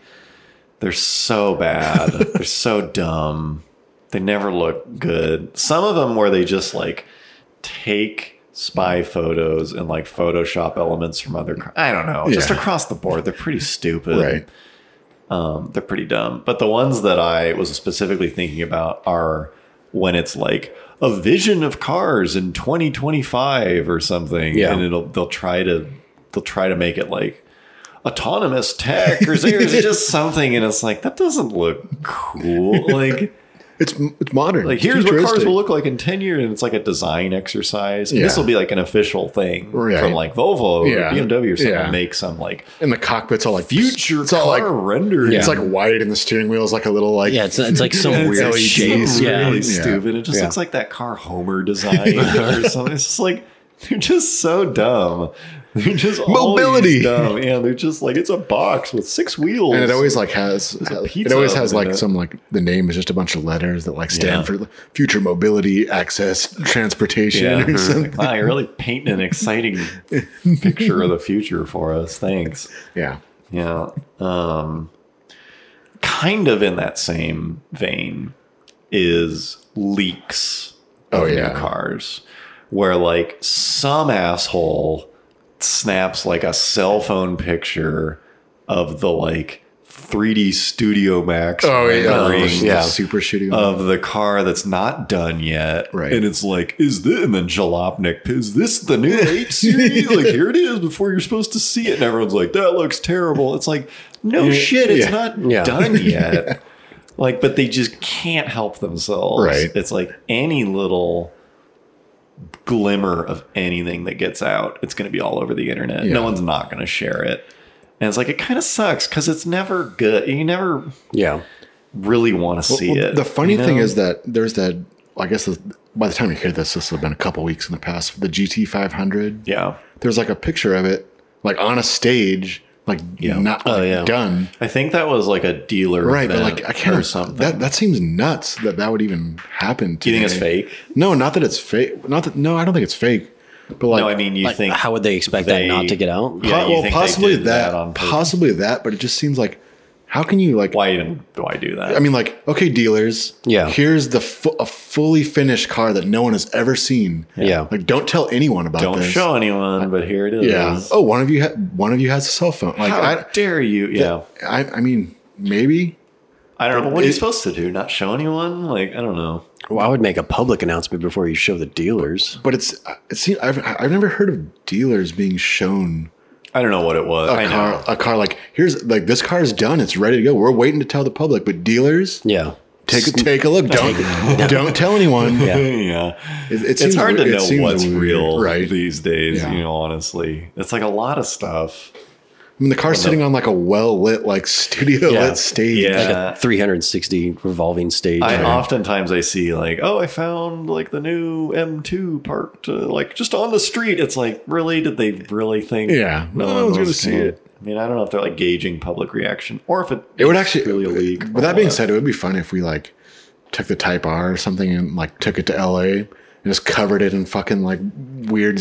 Speaker 3: they're so [laughs] bad. they're so dumb. They never look good. Some of them where they just like take spy photos and like Photoshop elements from other. Car- I don't know. Just
Speaker 4: Yeah.
Speaker 3: across the board, they're pretty stupid.
Speaker 4: right.
Speaker 3: Um, they're pretty dumb. But the ones that I was specifically thinking about are when it's like a vision of cars in 2025 or something,
Speaker 5: Yeah.
Speaker 3: and it'll they'll try to they'll try to make it like autonomous tech or something, or is it
Speaker 4: [laughs]
Speaker 3: just something, and it's like that doesn't look cool. Like
Speaker 4: It's it's modern.
Speaker 3: like
Speaker 4: It's
Speaker 3: here's what cars
Speaker 4: futuristic.
Speaker 3: will look like in 10 years, and it's like a design exercise. And This
Speaker 4: Yeah.
Speaker 3: will be like an official thing
Speaker 4: Right.
Speaker 3: from like Volvo
Speaker 4: Yeah.
Speaker 3: or BMW or something.
Speaker 4: Yeah.
Speaker 3: Make some like
Speaker 4: And the cockpit's all like
Speaker 3: future
Speaker 4: It's
Speaker 3: car
Speaker 4: all like
Speaker 3: rendering.
Speaker 4: it's like wide, and the steering wheel is like a little like
Speaker 5: Yeah, it's, it's like some
Speaker 3: Yeah, [laughs]
Speaker 5: weird
Speaker 3: it's
Speaker 5: shape.
Speaker 3: so
Speaker 5: Yeah,
Speaker 3: really
Speaker 4: Yeah.
Speaker 3: stupid. It just looks like that car Homer design
Speaker 4: [laughs]
Speaker 3: or something. It's just like they're just so dumb. They're just always
Speaker 4: Mobility.
Speaker 3: dumb. Yeah, they're just like it's a box with six wheels.
Speaker 4: And it always like has uh, it
Speaker 3: pizza
Speaker 4: always has
Speaker 3: oven
Speaker 4: like
Speaker 3: in it.
Speaker 4: some like the name is just a bunch of letters that like stand
Speaker 3: Yeah.
Speaker 4: for future mobility, access,
Speaker 3: [laughs]
Speaker 4: transportation,
Speaker 3: yeah. [laughs]
Speaker 4: or something.
Speaker 3: Like, wow, you're really painting an exciting
Speaker 4: [laughs]
Speaker 3: picture of the future for us. Thanks.
Speaker 4: Yeah.
Speaker 3: Yeah. Um, kind of in that same vein is leaks
Speaker 4: Oh,
Speaker 3: of
Speaker 4: yeah.
Speaker 3: new cars, where like some asshole snaps like a cell phone picture of the like 3D Studio Max.
Speaker 4: Oh,
Speaker 3: rendering
Speaker 4: the,
Speaker 5: yeah.
Speaker 4: super shitty. one.
Speaker 3: Of the car that's not done yet,
Speaker 4: Right.
Speaker 3: And it's like, is this? And then Jalopnik, is this the
Speaker 4: [laughs]
Speaker 3: new eight series? like, here it is before you're supposed to see it, and everyone's like, that looks terrible. It's like, no shit, it's
Speaker 4: Yeah.
Speaker 3: not
Speaker 4: [laughs]
Speaker 5: Yeah.
Speaker 3: done yet. Like, but they just can't help themselves.
Speaker 4: Right.
Speaker 3: It's like any little glimmer of anything that gets out, it's going to be all over the internet.
Speaker 4: Yeah.
Speaker 3: No one's not going to share it. And it's like, it kind of sucks because it's never good. You never
Speaker 5: Yeah.
Speaker 3: really want to see
Speaker 4: Well,
Speaker 3: it.
Speaker 4: The funny
Speaker 3: you
Speaker 4: thing
Speaker 3: know?
Speaker 4: is that there's that. I guess the, by the time you hear this, this will have been a couple weeks in the past. The GT 500.
Speaker 3: yeah.
Speaker 4: There's like a picture of it, like on a stage, like
Speaker 3: Yeah.
Speaker 4: not
Speaker 5: Oh,
Speaker 4: like,
Speaker 5: yeah.
Speaker 4: done.
Speaker 3: I think that was like a dealer,
Speaker 4: Right, but
Speaker 3: event
Speaker 4: like I can't.
Speaker 3: or something.
Speaker 4: That that seems nuts that that would even happen.
Speaker 3: Do you think it's
Speaker 4: today.
Speaker 3: fake?
Speaker 4: No, not that it's fake. Not that. No, I don't think it's fake. But like,
Speaker 3: no, I mean you
Speaker 5: Like,
Speaker 3: think
Speaker 5: how would they expect
Speaker 3: they-
Speaker 5: that not to get out?
Speaker 3: Yeah,
Speaker 4: po-
Speaker 3: you
Speaker 4: well,
Speaker 3: think they
Speaker 4: possibly
Speaker 3: did
Speaker 4: that.
Speaker 3: that on purpose.
Speaker 4: possibly that. But it just seems like, how can you like?
Speaker 3: why even do I do that?
Speaker 4: I mean, like, okay, dealers.
Speaker 5: Yeah.
Speaker 4: Here's the fu- a fully finished car that no one has ever seen.
Speaker 5: Yeah.
Speaker 4: Like, don't tell anyone about
Speaker 3: don't
Speaker 4: this.
Speaker 3: show anyone, but here it is.
Speaker 4: Yeah. Oh, one of you. Ha- one of you has a cell phone. Like,
Speaker 3: how
Speaker 4: I,
Speaker 3: dare you? Yeah,
Speaker 4: I. I mean, maybe.
Speaker 3: I don't know. But what are you
Speaker 4: It-
Speaker 3: supposed to do? Not show anyone? Like I don't know.
Speaker 5: Well, I would make a public announcement before you show the dealers.
Speaker 4: But it's. It seems. I've. I've never heard of dealers being shown
Speaker 3: I don't know what it was.
Speaker 4: a
Speaker 3: I
Speaker 4: car.
Speaker 3: know.
Speaker 4: A car like here's like this car is done. It's ready to go. We're waiting to tell the public. But dealers,
Speaker 5: Yeah.
Speaker 4: take
Speaker 3: [laughs]
Speaker 4: take a look. Don't don't tell anyone.
Speaker 5: Yeah.
Speaker 3: yeah.
Speaker 4: It, it
Speaker 3: it's
Speaker 4: seems
Speaker 3: hard
Speaker 4: weird-
Speaker 3: to
Speaker 4: it
Speaker 3: know
Speaker 4: seems
Speaker 3: what's
Speaker 4: weird,
Speaker 3: real
Speaker 4: right?
Speaker 3: these days.
Speaker 4: Yeah.
Speaker 3: You know, honestly, it's like a lot of stuff.
Speaker 4: I mean, the car's sitting on like a well lit, like studio
Speaker 5: Yeah.
Speaker 4: lit stage.
Speaker 5: Like
Speaker 3: Yeah.
Speaker 5: a 360 revolving stage.
Speaker 3: I oftentimes I see like, oh, I found like the new M2 parked uh, like just on the street. It's like, really? Did they really think?
Speaker 4: Yeah. No one's gonna
Speaker 3: was
Speaker 4: see
Speaker 3: gonna-
Speaker 4: it.
Speaker 3: I mean, I don't know if they're like gauging public reaction or if it [laughs]
Speaker 4: It would actually.
Speaker 3: really a leak.
Speaker 4: With
Speaker 3: or
Speaker 4: that being
Speaker 3: what.
Speaker 4: said, it would be fun if we like took the Type R or something and like took it to LA and just covered it in fucking like weird
Speaker 3: Oh,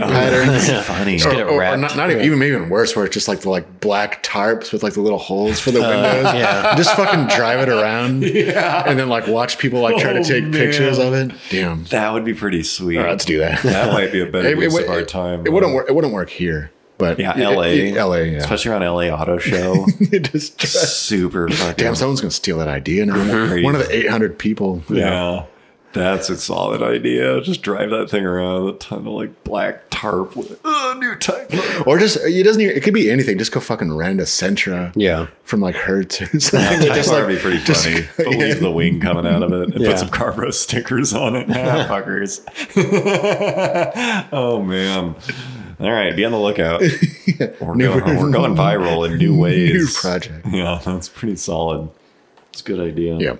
Speaker 3: [laughs]
Speaker 4: patterns.
Speaker 3: That's funny.
Speaker 4: Or,
Speaker 5: get it
Speaker 4: or- or
Speaker 5: wrapped.
Speaker 4: not, not even, even maybe even worse, where it's just like the like black tarps with like the little holes for the
Speaker 3: Uh,
Speaker 4: windows. Just fucking drive
Speaker 3: [laughs]
Speaker 4: it around, and then like watch people like try to
Speaker 3: Oh,
Speaker 4: take
Speaker 3: man.
Speaker 4: pictures of it. Damn,
Speaker 3: that would be pretty sweet.
Speaker 4: All right, let's do that.
Speaker 3: That might be a better use
Speaker 4: would-
Speaker 3: of our time.
Speaker 4: It wouldn't work. It wouldn't work here, but
Speaker 3: Yeah,
Speaker 4: it-
Speaker 3: LA,
Speaker 4: it- LA, yeah.
Speaker 3: especially around LA Auto Show.
Speaker 4: [laughs] It
Speaker 3: [laughs]
Speaker 4: just drives-
Speaker 3: Super fucking
Speaker 4: damn, someone's gonna steal that idea
Speaker 3: [laughs]
Speaker 4: now. One of the eight hundred people.
Speaker 3: Yeah. That's a solid idea. Just drive that thing around with a ton of like black tarp with oh, new type.
Speaker 4: Or just it doesn't. Even, it could be anything. Just go fucking rent a Sentra.
Speaker 5: Yeah.
Speaker 4: from like
Speaker 3: [laughs]
Speaker 4: Hertz or something.
Speaker 3: Type
Speaker 4: just
Speaker 3: R
Speaker 4: like
Speaker 3: would be pretty
Speaker 4: just- [laughs]
Speaker 3: funny. But leave the wing coming out of it and
Speaker 5: Yeah.
Speaker 3: put some Carbo stickers on it.
Speaker 4: [laughs]
Speaker 3: Ah, fuckers. [laughs] oh, man. All right. Be on the
Speaker 4: [laughs]
Speaker 3: lookout. We're,
Speaker 4: New-
Speaker 3: going, we're
Speaker 4: [laughs]
Speaker 3: going viral in new ways.
Speaker 4: New
Speaker 3: [laughs]
Speaker 4: project.
Speaker 3: Yeah, that's pretty solid. It's a good idea.
Speaker 4: Yeah.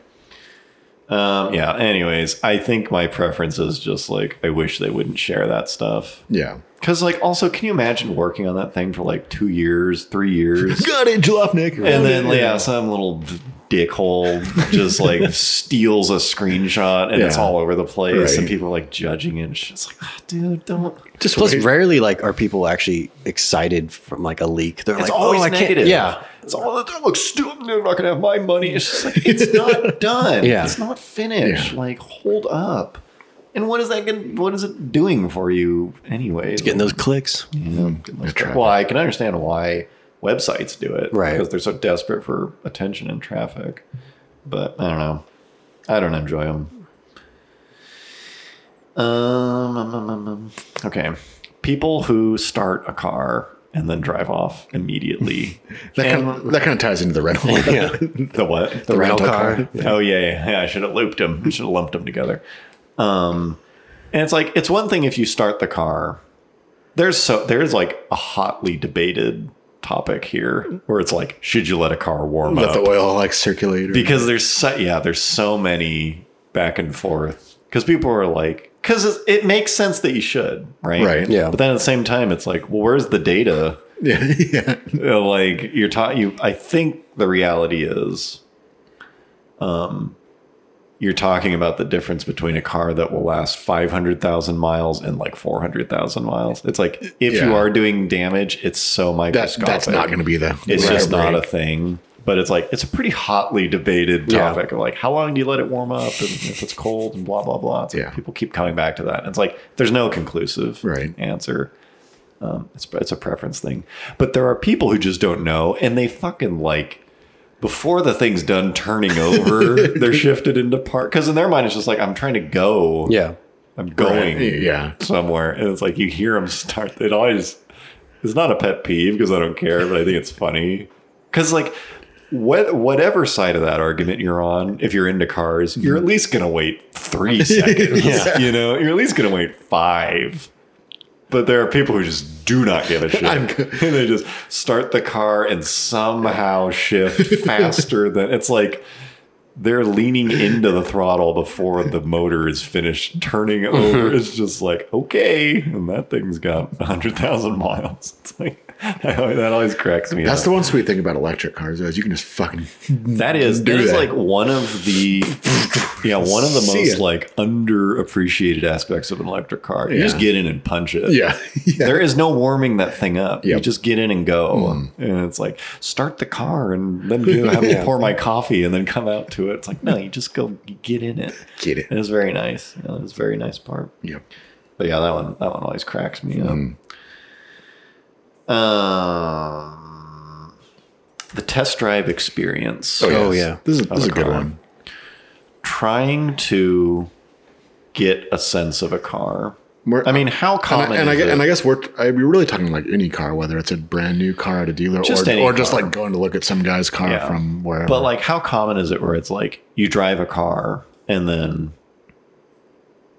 Speaker 3: Um, yeah. Anyways, I think my preference is just like, I wish they wouldn't share that stuff.
Speaker 4: Yeah.
Speaker 3: Because, like, also, can you imagine working on that thing for like two years, three
Speaker 4: [laughs]
Speaker 3: years?
Speaker 4: Got it, Jalopnik.
Speaker 3: and then yeah, some little dickhole just like steals a screenshot and it's
Speaker 4: Yeah.
Speaker 3: all over the place and
Speaker 4: Right.
Speaker 3: people are like judging it and shit. it's like ah, dude don't
Speaker 5: Just Plus, rarely like are people actually excited from like a leak. They're
Speaker 3: it's
Speaker 5: like,
Speaker 3: always
Speaker 5: oh, I
Speaker 3: negative
Speaker 5: can't. Yeah.
Speaker 3: it's all that looks stupid i'm not gonna have my money it's just like
Speaker 5: [laughs]
Speaker 3: it's not done
Speaker 5: Yeah.
Speaker 3: it's not finished like hold up and what is that gonna what is it doing for you anyway
Speaker 5: Getting those clicks.
Speaker 3: well i can understand why websites do it
Speaker 5: Right.
Speaker 3: because they're so desperate for attention and traffic but i don't know i don't enjoy them um, um, um, um, um. okay
Speaker 4: Uh,
Speaker 3: people who start a car and then drive off
Speaker 4: [laughs]
Speaker 3: immediately
Speaker 4: That kind, of,
Speaker 3: And-
Speaker 4: that kind of ties into the rental. [laughs]
Speaker 5: Yeah.
Speaker 3: the what the,
Speaker 4: rental car.
Speaker 3: oh yeah, yeah, yeah i should have looped them [laughs] i should have lumped them together um and it's like it's one thing if you start the car there's so there's like a hotly debated topic here where it's like should you let a car warm
Speaker 4: Let
Speaker 3: up
Speaker 4: the oil like circulate. or-
Speaker 3: because there's so yeah there's so many back and forth because people are like because it makes sense that you should right
Speaker 4: Right.
Speaker 5: Yeah.
Speaker 3: but then at the same time it's like well where's the data
Speaker 4: [laughs] yeah, yeah.
Speaker 3: you know, like you're taught you i think the reality is um you're talking about the difference between a car that will last 500,000 miles and like 400,000 miles. It's like if
Speaker 4: Yeah.
Speaker 3: you are doing damage, it's so
Speaker 4: That,
Speaker 3: microscopic.
Speaker 4: that's not going to be the.
Speaker 3: It's
Speaker 4: the
Speaker 3: just not a
Speaker 4: break.
Speaker 3: thing. But it's like it's a pretty hotly debated
Speaker 5: Yeah.
Speaker 3: topic of like how long do you let it warm up and if it's cold and blah blah blah. It's like
Speaker 4: Yeah.
Speaker 3: people keep coming back to that. And it's like there's no conclusive
Speaker 4: Right.
Speaker 3: answer. Um, it's it's a preference thing. But there are people who just don't know and they fucking like before the thing's done turning over, they're shifted into park. Because in their mind, it's just like I'm trying to go.
Speaker 5: Yeah.
Speaker 3: I'm going.
Speaker 4: Yeah.
Speaker 3: [laughs] somewhere, and it's like you hear them start. It always it's not a pet peeve because I don't care, but I think it's funny because like what whatever side of that argument you're on, if you're into cars, you're at least gonna wait three seconds. You know, you're at least gonna wait five. But there are people who just do not give a shit.
Speaker 4: I'm
Speaker 3: [laughs]
Speaker 4: go-
Speaker 3: and they just start the car and somehow shift faster than it's like they're leaning into the throttle before the motor is finished turning
Speaker 4: Mm-hmm.
Speaker 3: over. It's just like, okay. And that thing's got 100,000 miles. [laughs] It's like, I always- that always cracks me
Speaker 4: That's the
Speaker 3: up.
Speaker 4: one sweet thing about electric cars is you can just fucking [laughs]
Speaker 3: that is,
Speaker 4: do
Speaker 3: that is
Speaker 4: that.
Speaker 3: like one of the, yeah, one of the
Speaker 4: See
Speaker 3: most
Speaker 4: ya.
Speaker 3: like underappreciated aspects of an electric car. You
Speaker 4: Yeah.
Speaker 3: just get in and punch it.
Speaker 4: yeah [laughs] yeah.
Speaker 3: There is no warming that thing up. You
Speaker 4: Yep. Mm.
Speaker 3: just get in and go. And it's like, start the car and then do,
Speaker 4: [laughs]
Speaker 3: have me pour my coffee and then come out to it. It's like, no, you just go get in it.
Speaker 4: Get it.
Speaker 3: It was very nice. It was a very nice part.
Speaker 4: Yep.
Speaker 3: But yeah, that one that one always cracks me
Speaker 4: Mm-hmm.
Speaker 3: up. Um, the test drive experience.
Speaker 5: Oh, yeah.
Speaker 4: This is, this is a
Speaker 3: Of a
Speaker 4: good
Speaker 3: car.
Speaker 4: one.
Speaker 3: Trying to get a sense of a car.
Speaker 4: We're-
Speaker 3: I mean, how common
Speaker 4: and I, and, I,
Speaker 3: is
Speaker 4: gue-
Speaker 3: it?
Speaker 4: and I guess we're I mean, we're really talking like any car, whether it's a brand new car at a dealer
Speaker 3: Just
Speaker 4: or,
Speaker 3: any
Speaker 4: or just
Speaker 3: car.
Speaker 4: like going to look at some guy's car
Speaker 3: Yeah.
Speaker 4: from wherever.
Speaker 3: But like, how common is it where it's like you drive a car and then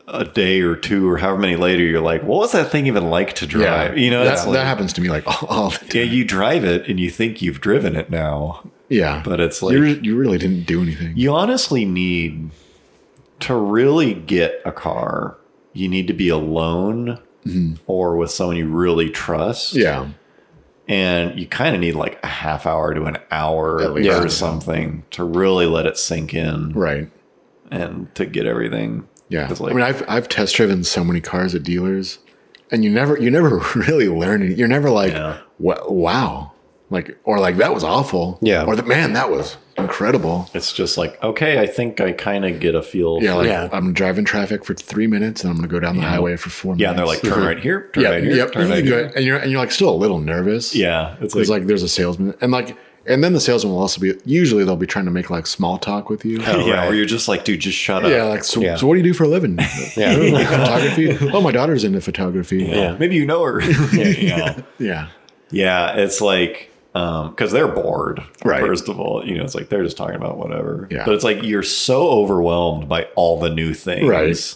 Speaker 3: a day or two or however many later, you're like, what was that thing even like to drive? You know,
Speaker 4: that,
Speaker 3: it's like,
Speaker 4: that happens to me like [laughs] all, all the
Speaker 3: yeah,
Speaker 4: time.
Speaker 3: you drive it and you think you've driven it now,
Speaker 4: Yeah,
Speaker 3: but it's like
Speaker 4: you re- you really didn't do anything.
Speaker 3: you honestly need to really get a car. You need to be alone or with someone you really trust.
Speaker 4: Mm-hmm. yeah,
Speaker 3: and you kind of need like a half hour to an hour
Speaker 4: At least.
Speaker 3: or something to really let it sink in
Speaker 4: right.
Speaker 3: and to get everything.
Speaker 4: Yeah,
Speaker 3: 'Cause, like,
Speaker 4: I mean, I've I've test driven so many cars at dealers, and you never you never [laughs] really learn. any- You're never like,
Speaker 3: Yeah.
Speaker 4: "Wa- wow, like or like that was awful.
Speaker 5: Yeah.
Speaker 4: or the man that was incredible.
Speaker 3: it's just like okay, I think I kind of get a feel.
Speaker 4: Yeah, like
Speaker 5: Yeah.
Speaker 4: I'm driving traffic for three minutes, and I'm gonna go down the highway for four.
Speaker 3: yeah.
Speaker 4: minutes. Mm-hmm.
Speaker 3: And they're like,
Speaker 4: [laughs]
Speaker 3: turn right here, turn
Speaker 4: yeah,
Speaker 3: right here,
Speaker 4: yep. [laughs]
Speaker 3: turn
Speaker 4: and,
Speaker 3: right
Speaker 4: you
Speaker 3: here.
Speaker 4: go- and you're and you're like still a little nervous.
Speaker 3: Yeah, it's like,
Speaker 4: it's like there's a salesman, and like and then the salesman will also be usually they'll be trying to make like small talk with
Speaker 3: [laughs]
Speaker 4: you. [laughs]
Speaker 3: yeah, or you're just like, dude, just shut
Speaker 4: "Oh, Yeah,
Speaker 3: up.
Speaker 4: like so,
Speaker 5: Yeah.
Speaker 4: so what do you do for a living? [laughs]
Speaker 5: Yeah.
Speaker 4: photography. Oh, my daughter's into photography.
Speaker 5: Yeah.
Speaker 3: maybe you know
Speaker 4: [laughs]
Speaker 3: her. yeah.
Speaker 4: yeah.
Speaker 3: yeah, it's like because they're bored.
Speaker 4: Right.
Speaker 3: First of all, you know, it's like they're just talking about whatever.
Speaker 4: Yeah.
Speaker 3: But it's like you're so overwhelmed by all the new things.
Speaker 4: Right.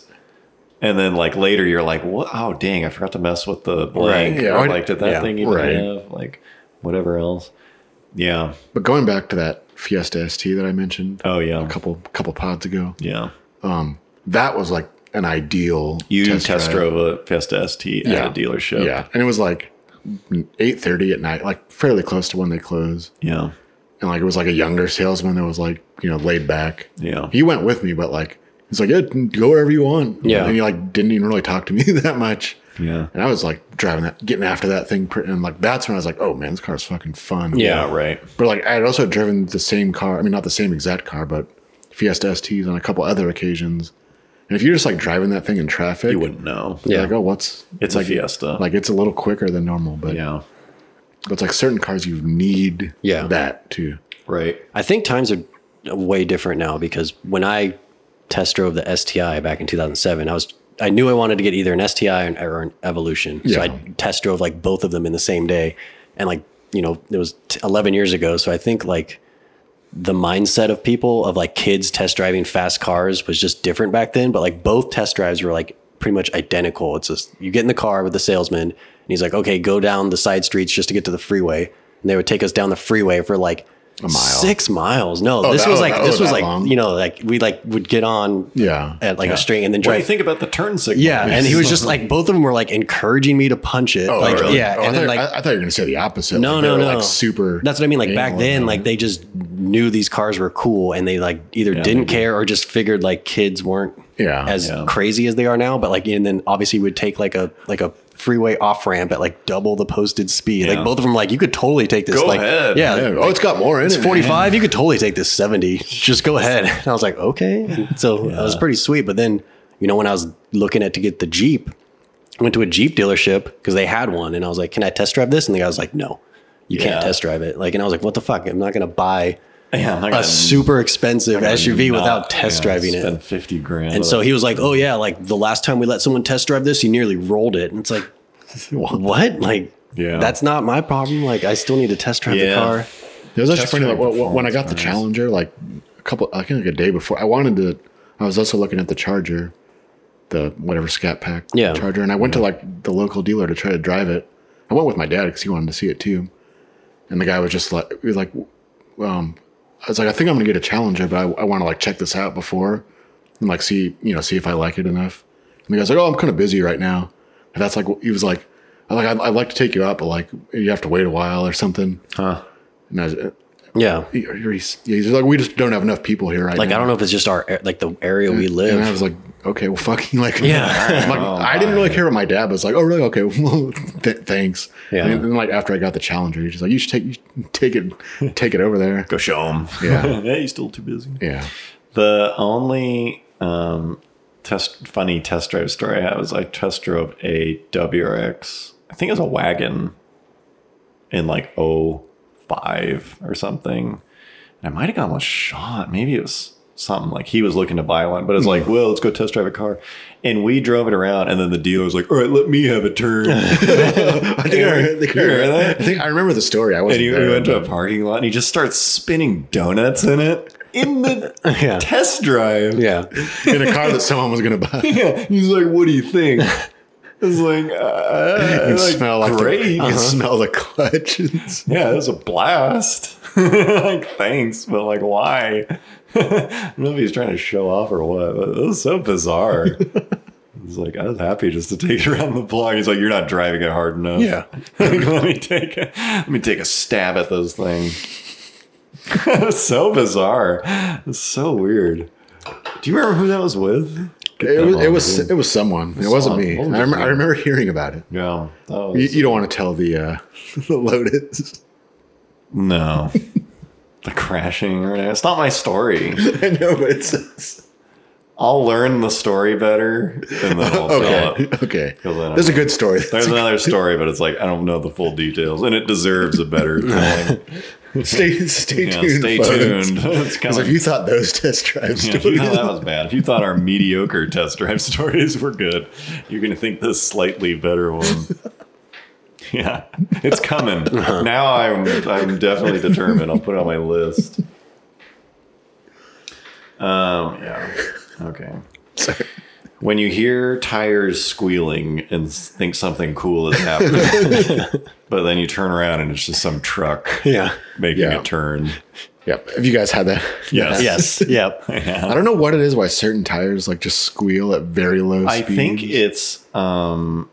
Speaker 3: And then like later you're like, what? Oh dang, I forgot to mess with the blank.
Speaker 4: Right, yeah.
Speaker 3: Or like, did that
Speaker 5: Yeah,
Speaker 3: thing even
Speaker 4: right.
Speaker 3: have like whatever else? Yeah.
Speaker 4: But going back to that Fiesta ST that I mentioned
Speaker 3: Oh yeah.
Speaker 4: a couple couple pods ago,
Speaker 3: yeah.
Speaker 4: that was like an ideal
Speaker 3: You test,
Speaker 4: drive.
Speaker 3: drove a Fiesta ST
Speaker 4: Yeah.
Speaker 3: at a dealership.
Speaker 4: Yeah, and it was like eight thirty at night, like fairly close to when they close.
Speaker 3: Yeah.
Speaker 4: And like it was like a younger salesman that was like you know laid back.
Speaker 3: Yeah.
Speaker 4: He went with me, but like he's like, yeah, go wherever you want.
Speaker 5: Yeah.
Speaker 4: and he like didn't even really talk to me [laughs] that much.
Speaker 3: Yeah.
Speaker 4: And I was like driving that, getting after that thing, pr- and like that's when I was like, oh man, this car's fucking fun.
Speaker 3: Yeah. Right.
Speaker 4: But like I had also driven the same car. I mean, not the same exact car, but Fiesta STs on a couple other occasions. And if you're just like driving that thing in traffic,
Speaker 3: You wouldn't know.
Speaker 4: you're
Speaker 5: Yeah.
Speaker 4: like, oh, what's
Speaker 3: It's
Speaker 4: like,
Speaker 3: a Fiesta.
Speaker 4: Like it's a little quicker than normal, but
Speaker 3: yeah.
Speaker 4: but it's like certain cars you need
Speaker 5: Yeah.
Speaker 4: that too.
Speaker 3: Right.
Speaker 5: I think times are way different now because when I test drove the STI back in 2007, I was I knew I wanted to get either an STI or an, or an Evolution. So
Speaker 4: Yeah.
Speaker 5: I test drove like both of them in the same day, and like you know it was t- 11 years ago. So I think like the mindset of people of like kids test driving fast cars was just different back then. But like both test drives were like pretty much identical. It's just you get in the car with the salesman and he's like, okay, go down the side streets just to get to the freeway. And they would take us down the freeway for like a mile. six miles. No,
Speaker 4: Oh,
Speaker 5: this
Speaker 4: that-
Speaker 5: was
Speaker 4: oh,
Speaker 5: like
Speaker 4: that-
Speaker 5: this
Speaker 4: oh,
Speaker 5: was
Speaker 4: that
Speaker 5: like
Speaker 4: long?
Speaker 5: you know like we like would get on
Speaker 4: Yeah.
Speaker 5: at like a string and then
Speaker 3: What do
Speaker 5: drive.
Speaker 3: you think about the turn signal?
Speaker 5: yeah, and
Speaker 4: [laughs]
Speaker 5: he was just like both of them were like encouraging me to punch it. like
Speaker 4: really?
Speaker 5: yeah,
Speaker 4: Oh, I,
Speaker 5: and then
Speaker 4: thought,
Speaker 5: like
Speaker 4: I, I thought you were gonna say the opposite.
Speaker 5: no,
Speaker 4: Like, they
Speaker 5: no,
Speaker 4: were,
Speaker 5: no.
Speaker 4: Like super.
Speaker 5: That's what I mean. Like back
Speaker 4: anal
Speaker 5: then,
Speaker 4: about
Speaker 5: like
Speaker 4: it.
Speaker 5: they just knew these cars were cool, and they like either didn't care or just figured like kids weren't
Speaker 4: Yeah.
Speaker 5: as
Speaker 3: Yeah.
Speaker 5: crazy as they are now. But like, and then obviously would take like a like a freeway off ramp at like double the posted speed.
Speaker 3: Yeah.
Speaker 5: Like both of them, like you could totally take this.
Speaker 3: Go
Speaker 5: like,
Speaker 3: ahead.
Speaker 5: yeah,
Speaker 4: Yeah, oh, it's got more in it. man.
Speaker 5: 45 you could totally take this 70 just go ahead and [laughs] i was like okay And so that was pretty sweet but then you know when i was looking at to get the jeep i went to a jeep dealership because they had one and i was like can i test drive this and the guy was like no you
Speaker 3: Yeah.
Speaker 5: can't test drive it like and i was like what the fuck i'm not gonna buy
Speaker 3: [laughs] Yeah, I'm not
Speaker 5: a
Speaker 3: gonna-
Speaker 5: super expensive
Speaker 3: I'm not
Speaker 5: SUV
Speaker 3: gonna
Speaker 5: without
Speaker 3: not,
Speaker 5: test
Speaker 3: yeah,
Speaker 5: driving it.
Speaker 3: Spend fifty grand.
Speaker 5: And so he was like, "Oh yeah, like the last time we let someone test drive this, he nearly rolled it." And
Speaker 3: [laughs]
Speaker 5: it's like, what? Like,
Speaker 3: Yeah.
Speaker 5: that's not my problem. Like, I still need to test drive
Speaker 3: Yeah.
Speaker 5: the car.
Speaker 4: It was actually
Speaker 3: Test
Speaker 4: funny. Like,
Speaker 3: drive
Speaker 4: when- when when I got the
Speaker 3: performance, nice.
Speaker 4: Challenger, like a couple, I think like a day before, I wanted to. I was also looking at the Charger, the whatever Scat Pack
Speaker 5: Yeah.
Speaker 4: Charger, and I went to like the local dealer to try to drive it. I went with my dad because he wanted to see it too, and the guy was just like, he was like, um, I was like, I think I'm gonna get a Challenger, but I, I want to like check this out before and like see you know see if I like it enough. And the guy's like, oh, I'm kind of busy right now. And that's like he was like, I like I'd, I'd like to take you out, but like you have to wait a while or something.
Speaker 3: Huh.
Speaker 4: And I was,
Speaker 5: Yeah,
Speaker 4: he- or he's, yeah, he's like, we just don't have enough people here right
Speaker 5: like
Speaker 4: now.
Speaker 5: I don't know if it's just our like the area we live.
Speaker 4: And I was like, okay, well, fucking [laughs] like,
Speaker 5: Yeah.
Speaker 4: I'm like,
Speaker 3: Oh,
Speaker 4: I didn't really care what my dad was like. Oh, really? Okay, [laughs] well, th- thanks.
Speaker 5: Yeah.
Speaker 4: And then like after I got the Challenger, he's just like, you should take, you should take it, take it over there.
Speaker 3: go show him.
Speaker 4: [laughs] Yeah.
Speaker 3: [laughs] yeah, he's still too busy.
Speaker 4: Yeah.
Speaker 3: The only um, test funny test drive story I have is I test drove a WRX. I think it was a wagon in like 05 or something. And I might have gone with Sean. Maybe it was something like he was looking to buy one, but it's like, well, let's go test drive a car. And we drove it around, and then the dealer was like, all right, let me have a turn.
Speaker 4: I think, I, I, think I,
Speaker 3: You remember
Speaker 4: remember,
Speaker 3: that?
Speaker 4: I think I remember the story. I
Speaker 3: and
Speaker 4: wasn't
Speaker 3: he,
Speaker 4: there.
Speaker 3: we went to a
Speaker 4: but-
Speaker 3: parking lot and he just starts spinning donuts in it in the [laughs]
Speaker 5: Yeah.
Speaker 3: test drive.
Speaker 5: yeah,
Speaker 4: in a car that someone was going to buy. [laughs]
Speaker 3: Yeah. He's like, what do you think? It's like, uh,
Speaker 4: You
Speaker 3: like,
Speaker 4: smell like
Speaker 3: great.
Speaker 4: The, Uh-huh. you smell the
Speaker 3: [laughs]
Speaker 4: clutches.
Speaker 3: yeah, it was a blast. [laughs] like, thanks, but like, why? [laughs] I don't know if he's trying to show off or what, but it was so bizarre. He's like, I was happy just to take it around the block. He's like, you're not driving it hard enough.
Speaker 4: Yeah.
Speaker 3: [laughs] Like, let me take a, let me take a stab at those things. [laughs] so bizarre. It's so weird. Do you remember who that was with?
Speaker 4: It was,
Speaker 3: on
Speaker 4: it
Speaker 3: the
Speaker 4: was,
Speaker 3: road.
Speaker 4: it was someone. It wasn't me. I
Speaker 3: Someone.
Speaker 4: remember, I remember hearing about it.
Speaker 3: Yeah. that
Speaker 4: You,
Speaker 3: was-
Speaker 4: you don't want to tell the, uh, [laughs] the Lotus.
Speaker 3: No. [laughs] the crashing or It's not my story.
Speaker 4: [laughs] I know, but it's.
Speaker 3: I'll learn the story better and then
Speaker 4: [laughs]
Speaker 3: I'll tell
Speaker 4: Okay.
Speaker 3: it.
Speaker 4: Okay.
Speaker 3: Fill it
Speaker 4: There's a
Speaker 3: out.
Speaker 4: good story.
Speaker 3: There's another story, but it's like I don't know the full details, and it deserves a
Speaker 4: [laughs]
Speaker 3: better telling. [laughs]
Speaker 4: stay stay
Speaker 3: Yeah,
Speaker 4: tuned.
Speaker 3: stay
Speaker 4: folks.
Speaker 3: tuned. [laughs] It's
Speaker 4: Because if
Speaker 3: coming.
Speaker 4: you thought those test drive
Speaker 3: Yeah,
Speaker 4: stories,
Speaker 3: you know [laughs] that was bad. If you thought our mediocre test drive [laughs] stories were good, you're gonna think this slightly better one. Yeah, it's coming. now I'm I'm definitely determined. I'll put it on my list. Um. Yeah. Okay.
Speaker 4: Sorry.
Speaker 3: When you hear tires squealing and s- think something cool is happening, but then you turn around and it's just some truck
Speaker 5: yeah,
Speaker 3: making
Speaker 4: Yeah.
Speaker 3: a turn.
Speaker 4: yep. Have you guys had that?
Speaker 3: [laughs] Yes.
Speaker 5: yes, yep.
Speaker 4: [laughs] I don't know what it is why certain tires like just squeal at very low
Speaker 3: I
Speaker 4: speeds.
Speaker 3: think it's um,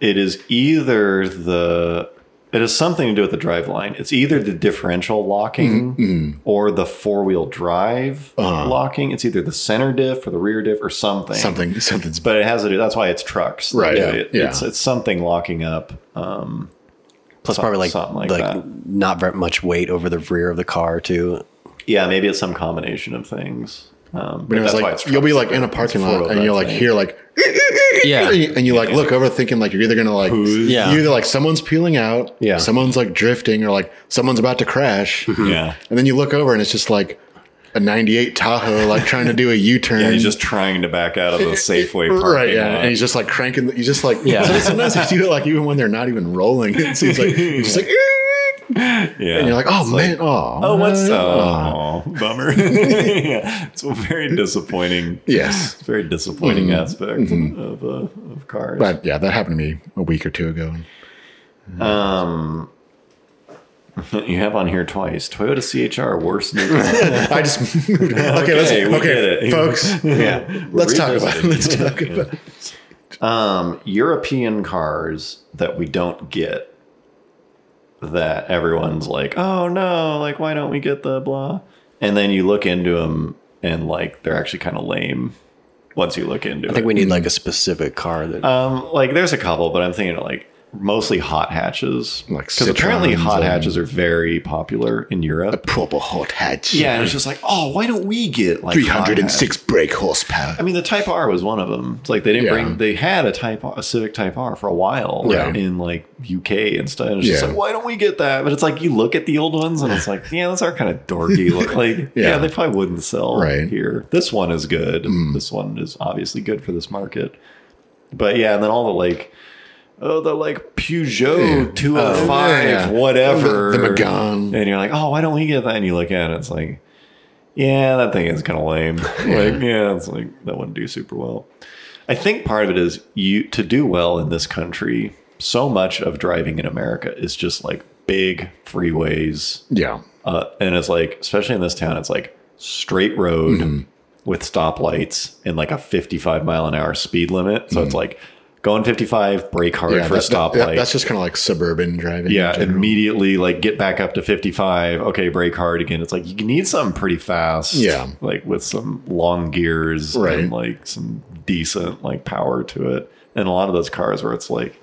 Speaker 3: it is either the it has something to do with the drive line. It's either the differential locking
Speaker 4: Mm-hmm.
Speaker 3: or the four wheel drive
Speaker 4: Uh-huh.
Speaker 3: locking. It's either the center diff or the rear diff or something.
Speaker 4: something something's
Speaker 3: but it has to do. That's why it's trucks, that
Speaker 4: Right,
Speaker 3: do
Speaker 4: yeah,
Speaker 3: it.
Speaker 4: yeah.
Speaker 3: It's it's something locking up. Um,
Speaker 5: Plus, probably like
Speaker 3: Something like
Speaker 5: like,
Speaker 3: that.
Speaker 5: not very much weight over the rear of the car too.
Speaker 3: yeah, maybe it's some combination of things. Um,
Speaker 4: But it was
Speaker 3: that's why
Speaker 4: like
Speaker 3: it's
Speaker 4: you'll be
Speaker 3: trucks
Speaker 4: like
Speaker 3: that
Speaker 4: in a
Speaker 3: do it.
Speaker 4: parking
Speaker 3: It's
Speaker 4: lot
Speaker 3: four-wheel
Speaker 4: and you'll
Speaker 3: drive
Speaker 4: like
Speaker 3: thing.
Speaker 4: hear like
Speaker 5: Yeah,
Speaker 4: and you like look over thinking like you're either gonna like
Speaker 5: Yeah.
Speaker 4: you're either like someone's peeling out,
Speaker 5: Yeah.
Speaker 4: someone's like drifting or like someone's about to crash.
Speaker 3: yeah.
Speaker 4: And then you look over and it's just like a 98 Tahoe like trying to do a U-turn.
Speaker 3: Yeah, he's just trying to back out of the Safeway parking
Speaker 4: right, yeah.
Speaker 3: lot.
Speaker 4: And he's just like cranking. the- He's just like
Speaker 5: Yeah.
Speaker 4: yeah. [laughs] Sometimes they do it like even when they're not even rolling. [laughs] It seems like he's just like "Eh,"
Speaker 3: yeah.
Speaker 4: and you're like, Uh-huh. oh man, oh,
Speaker 3: Oh, what's
Speaker 4: man, aw."
Speaker 3: Oh, bummer. [laughs]
Speaker 4: [laughs]
Speaker 3: yeah, it's a very disappointing.
Speaker 4: Yes.
Speaker 3: it's a very disappointing
Speaker 4: Mm-hmm.
Speaker 3: aspect of uh, of cars.
Speaker 4: But yeah, that happened to me a week or two ago.
Speaker 3: you have on here twice Toyota CHR worst
Speaker 4: [laughs]
Speaker 3: new car.
Speaker 4: I just moved. Okay, let's,
Speaker 3: Okay, we get
Speaker 4: okay,
Speaker 3: it. [laughs]
Speaker 4: folks.
Speaker 5: yeah,
Speaker 4: Let's talk about.
Speaker 3: Revisited.
Speaker 4: Let's
Speaker 3: [laughs]
Speaker 4: talk about.
Speaker 3: um, European cars that we don't get. That everyone's like, oh no, like why don't we get the blah? And then you look into them, and like they're actually kind of lame. Once you look into
Speaker 5: I
Speaker 3: it,
Speaker 5: think we need like a specific car that.
Speaker 3: Oh. Um, like there's a couple, but I'm thinking like mostly hot hatches.
Speaker 4: Like
Speaker 3: because apparently
Speaker 4: Citrons
Speaker 3: hot
Speaker 4: and-
Speaker 3: hatches are very popular in Europe.
Speaker 4: Proper hot hatch.
Speaker 3: Yeah, and it's just like, oh, why don't we get like hot
Speaker 4: Three hundred and
Speaker 3: hatch?
Speaker 4: six brake horsepower.
Speaker 3: I mean, the Type R was one of them. It's like they didn't
Speaker 4: Yeah.
Speaker 3: bring. They had a Type R, a Civic Type R for a while
Speaker 4: Yeah.
Speaker 3: in like UK and stuff. And it's just
Speaker 4: Yeah.
Speaker 3: like, why don't we get that? But it's like you look at the old ones and it's like, yeah, those are kind of dorky.
Speaker 4: [laughs]
Speaker 3: Look like, yeah.
Speaker 4: Yeah.
Speaker 3: they probably wouldn't sell
Speaker 4: Right. Mm.
Speaker 3: here. This one is good. This one is obviously good for this market. But yeah, and then all the like. Oh, the like Peugeot
Speaker 4: Yeah.
Speaker 3: 205,
Speaker 4: Oh, yeah.
Speaker 3: whatever.
Speaker 4: The- the Megane.
Speaker 3: And you're like, oh, why don't we get that? And you look at it, it's like, yeah, that thing is kind of
Speaker 4: [laughs]
Speaker 3: lame. Like, yeah, it's like that wouldn't do super well. I think part of it is you to do well in this country. So much of driving in America is just like big freeways,
Speaker 4: yeah.
Speaker 3: uh, and it's like, especially in this town, it's like straight road
Speaker 4: Mm-hmm.
Speaker 3: with stoplights and like a 55 mile an hour speed limit. So it's like going 55, brake hard
Speaker 4: Mm-hmm. Yeah,
Speaker 3: for
Speaker 4: that-
Speaker 3: a stoplight.
Speaker 4: that- that- that's just kind of like suburban driving. in
Speaker 3: Yeah,
Speaker 4: general.
Speaker 3: immediately like get back up to 55. Okay, brake hard again. It's like you need something pretty fast.
Speaker 4: Yeah.
Speaker 3: Like with some long gears
Speaker 4: Right.
Speaker 3: and like some decent like power to it. And a lot of those cars where it's like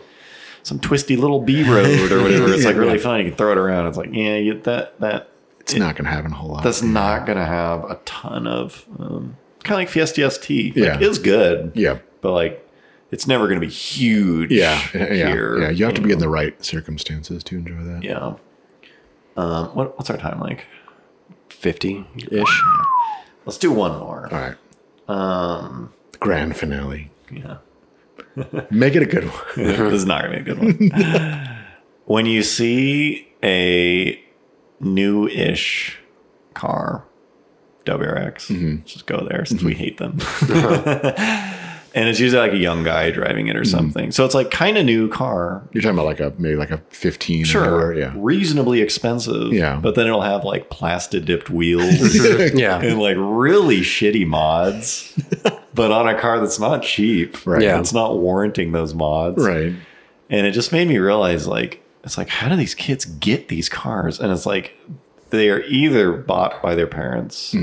Speaker 3: some twisty little
Speaker 4: [laughs]
Speaker 3: B road or whatever. It's like really fun. You can throw it around. It's like, yeah, you, that that
Speaker 4: it's not going to happen a whole lot.
Speaker 3: that's not gonna have a ton of um, kind of like Fiesta ST. Like,
Speaker 4: Yeah.
Speaker 3: it's good.
Speaker 4: yeah,
Speaker 3: But like it's never gonna be huge
Speaker 4: yeah, yeah,
Speaker 3: here.
Speaker 4: yeah. You have to be
Speaker 3: know?
Speaker 4: in the right circumstances to enjoy that.
Speaker 3: Yeah. Um, what, what's our time like?
Speaker 5: 50 ish.
Speaker 3: Let's do one more.
Speaker 4: All right,
Speaker 3: Um,
Speaker 4: grand finale.
Speaker 3: yeah. [laughs]
Speaker 4: Make it a good one.
Speaker 3: [laughs] this is not going to be a good one.
Speaker 4: [laughs]
Speaker 3: when you see a new ish car, WRX,
Speaker 4: Mm-hmm.
Speaker 3: let's just go there since we hate them.
Speaker 4: [laughs]
Speaker 3: [laughs] and it's usually like a young guy driving it or
Speaker 4: Mm-hmm.
Speaker 3: something. So it's like kind of new car,
Speaker 4: You're talking about like a maybe like a fifteen. or
Speaker 3: sure,
Speaker 4: newer, yeah.
Speaker 3: reasonably expensive.
Speaker 4: Yeah.
Speaker 3: but then it'll have like plastic dipped wheels [laughs]
Speaker 4: [laughs]
Speaker 5: Yeah.
Speaker 3: and like really shitty mods, but on a car that's not cheap.
Speaker 4: Right.
Speaker 5: Yeah.
Speaker 3: it's not warranting those mods.
Speaker 4: Right.
Speaker 3: and it just made me realize like it's like how do these kids get these cars? And it's like they are either bought by their parents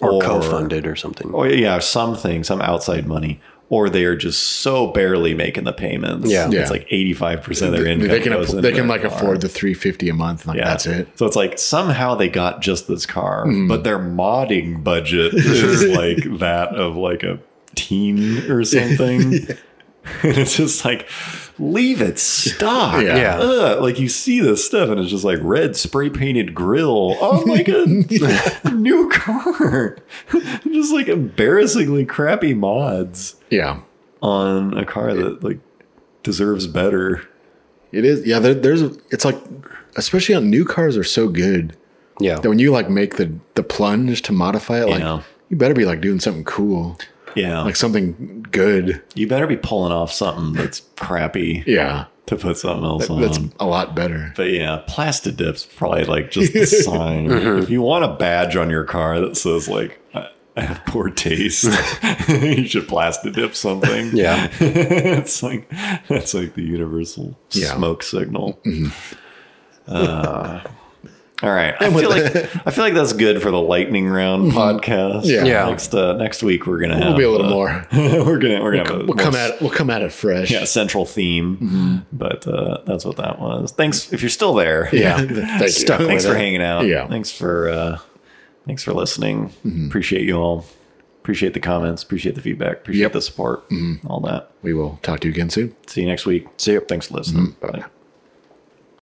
Speaker 5: Or co funded or something.
Speaker 3: or Oh, yeah, something, some outside money. Or they are just so barely making the payments.
Speaker 5: Yeah.
Speaker 4: Yeah.
Speaker 3: it's like eighty five percent of their income.
Speaker 4: They can
Speaker 3: goes into
Speaker 4: they can
Speaker 3: their
Speaker 4: like
Speaker 3: car.
Speaker 4: afford the three fifty a month. Like that's it. Mm-hmm.
Speaker 3: So it's like somehow they got just this car, but their modding
Speaker 4: [laughs]
Speaker 3: budget is like that of like a teen or
Speaker 4: [laughs]
Speaker 3: something. And it's just like, leave it stock.
Speaker 4: Yeah. Yeah.
Speaker 3: Ugh. Like you see this stuff and it's just like red spray painted grill Oh on
Speaker 4: [laughs]
Speaker 3: like a new [laughs] car. just like embarrassingly crappy mods
Speaker 4: Yeah.
Speaker 3: on a car that like deserves better.
Speaker 4: It is. Yeah. There, there's. It's like, especially on new cars are so good
Speaker 5: Yeah.
Speaker 4: that when you like make the the plunge to modify it, like
Speaker 3: Yeah. Oh.
Speaker 4: you better be like doing something cool,
Speaker 3: Yeah.
Speaker 4: like something good.
Speaker 3: you better be pulling off something that's crappy.
Speaker 4: Yeah.
Speaker 3: to put something else on.
Speaker 4: That's a lot better.
Speaker 3: but yeah, plastic dips probably like just
Speaker 4: [laughs]
Speaker 3: the sign.
Speaker 4: Mm-hmm.
Speaker 3: If you want a badge on your car that says like I I have poor taste, [laughs] you should plastic dip something.
Speaker 5: Yeah.
Speaker 3: [laughs] it's like that's like the universal
Speaker 4: Yeah. Mm-hmm.
Speaker 3: smoke signal. Uh, all right, I
Speaker 4: And with Mm-hmm.
Speaker 3: feel like I feel like that's good for the lightning round podcast.
Speaker 4: Yeah.
Speaker 5: Yeah.
Speaker 3: Next uh, next week we're gonna
Speaker 4: We'll
Speaker 3: have
Speaker 4: be a little
Speaker 3: uh,
Speaker 4: more.
Speaker 3: [laughs] we're gonna we're gonna have a
Speaker 4: We'll come
Speaker 3: more
Speaker 4: at it. We'll come at it Mm-hmm. fresh.
Speaker 3: yeah, central theme. But uh, that's what that was. Thanks if you're still there. [laughs]
Speaker 4: Yeah. Thank you.
Speaker 5: Stuck
Speaker 3: Thanks
Speaker 5: with
Speaker 3: for
Speaker 5: it.
Speaker 3: hanging out.
Speaker 4: Yeah.
Speaker 3: Thanks for uh, thanks for listening. Appreciate you all. Appreciate the comments. Appreciate the feedback. Appreciate
Speaker 4: Yep.
Speaker 3: the support. All that.
Speaker 4: We will talk to you again soon.
Speaker 3: See you next week. See you. Thanks for listening. Bye.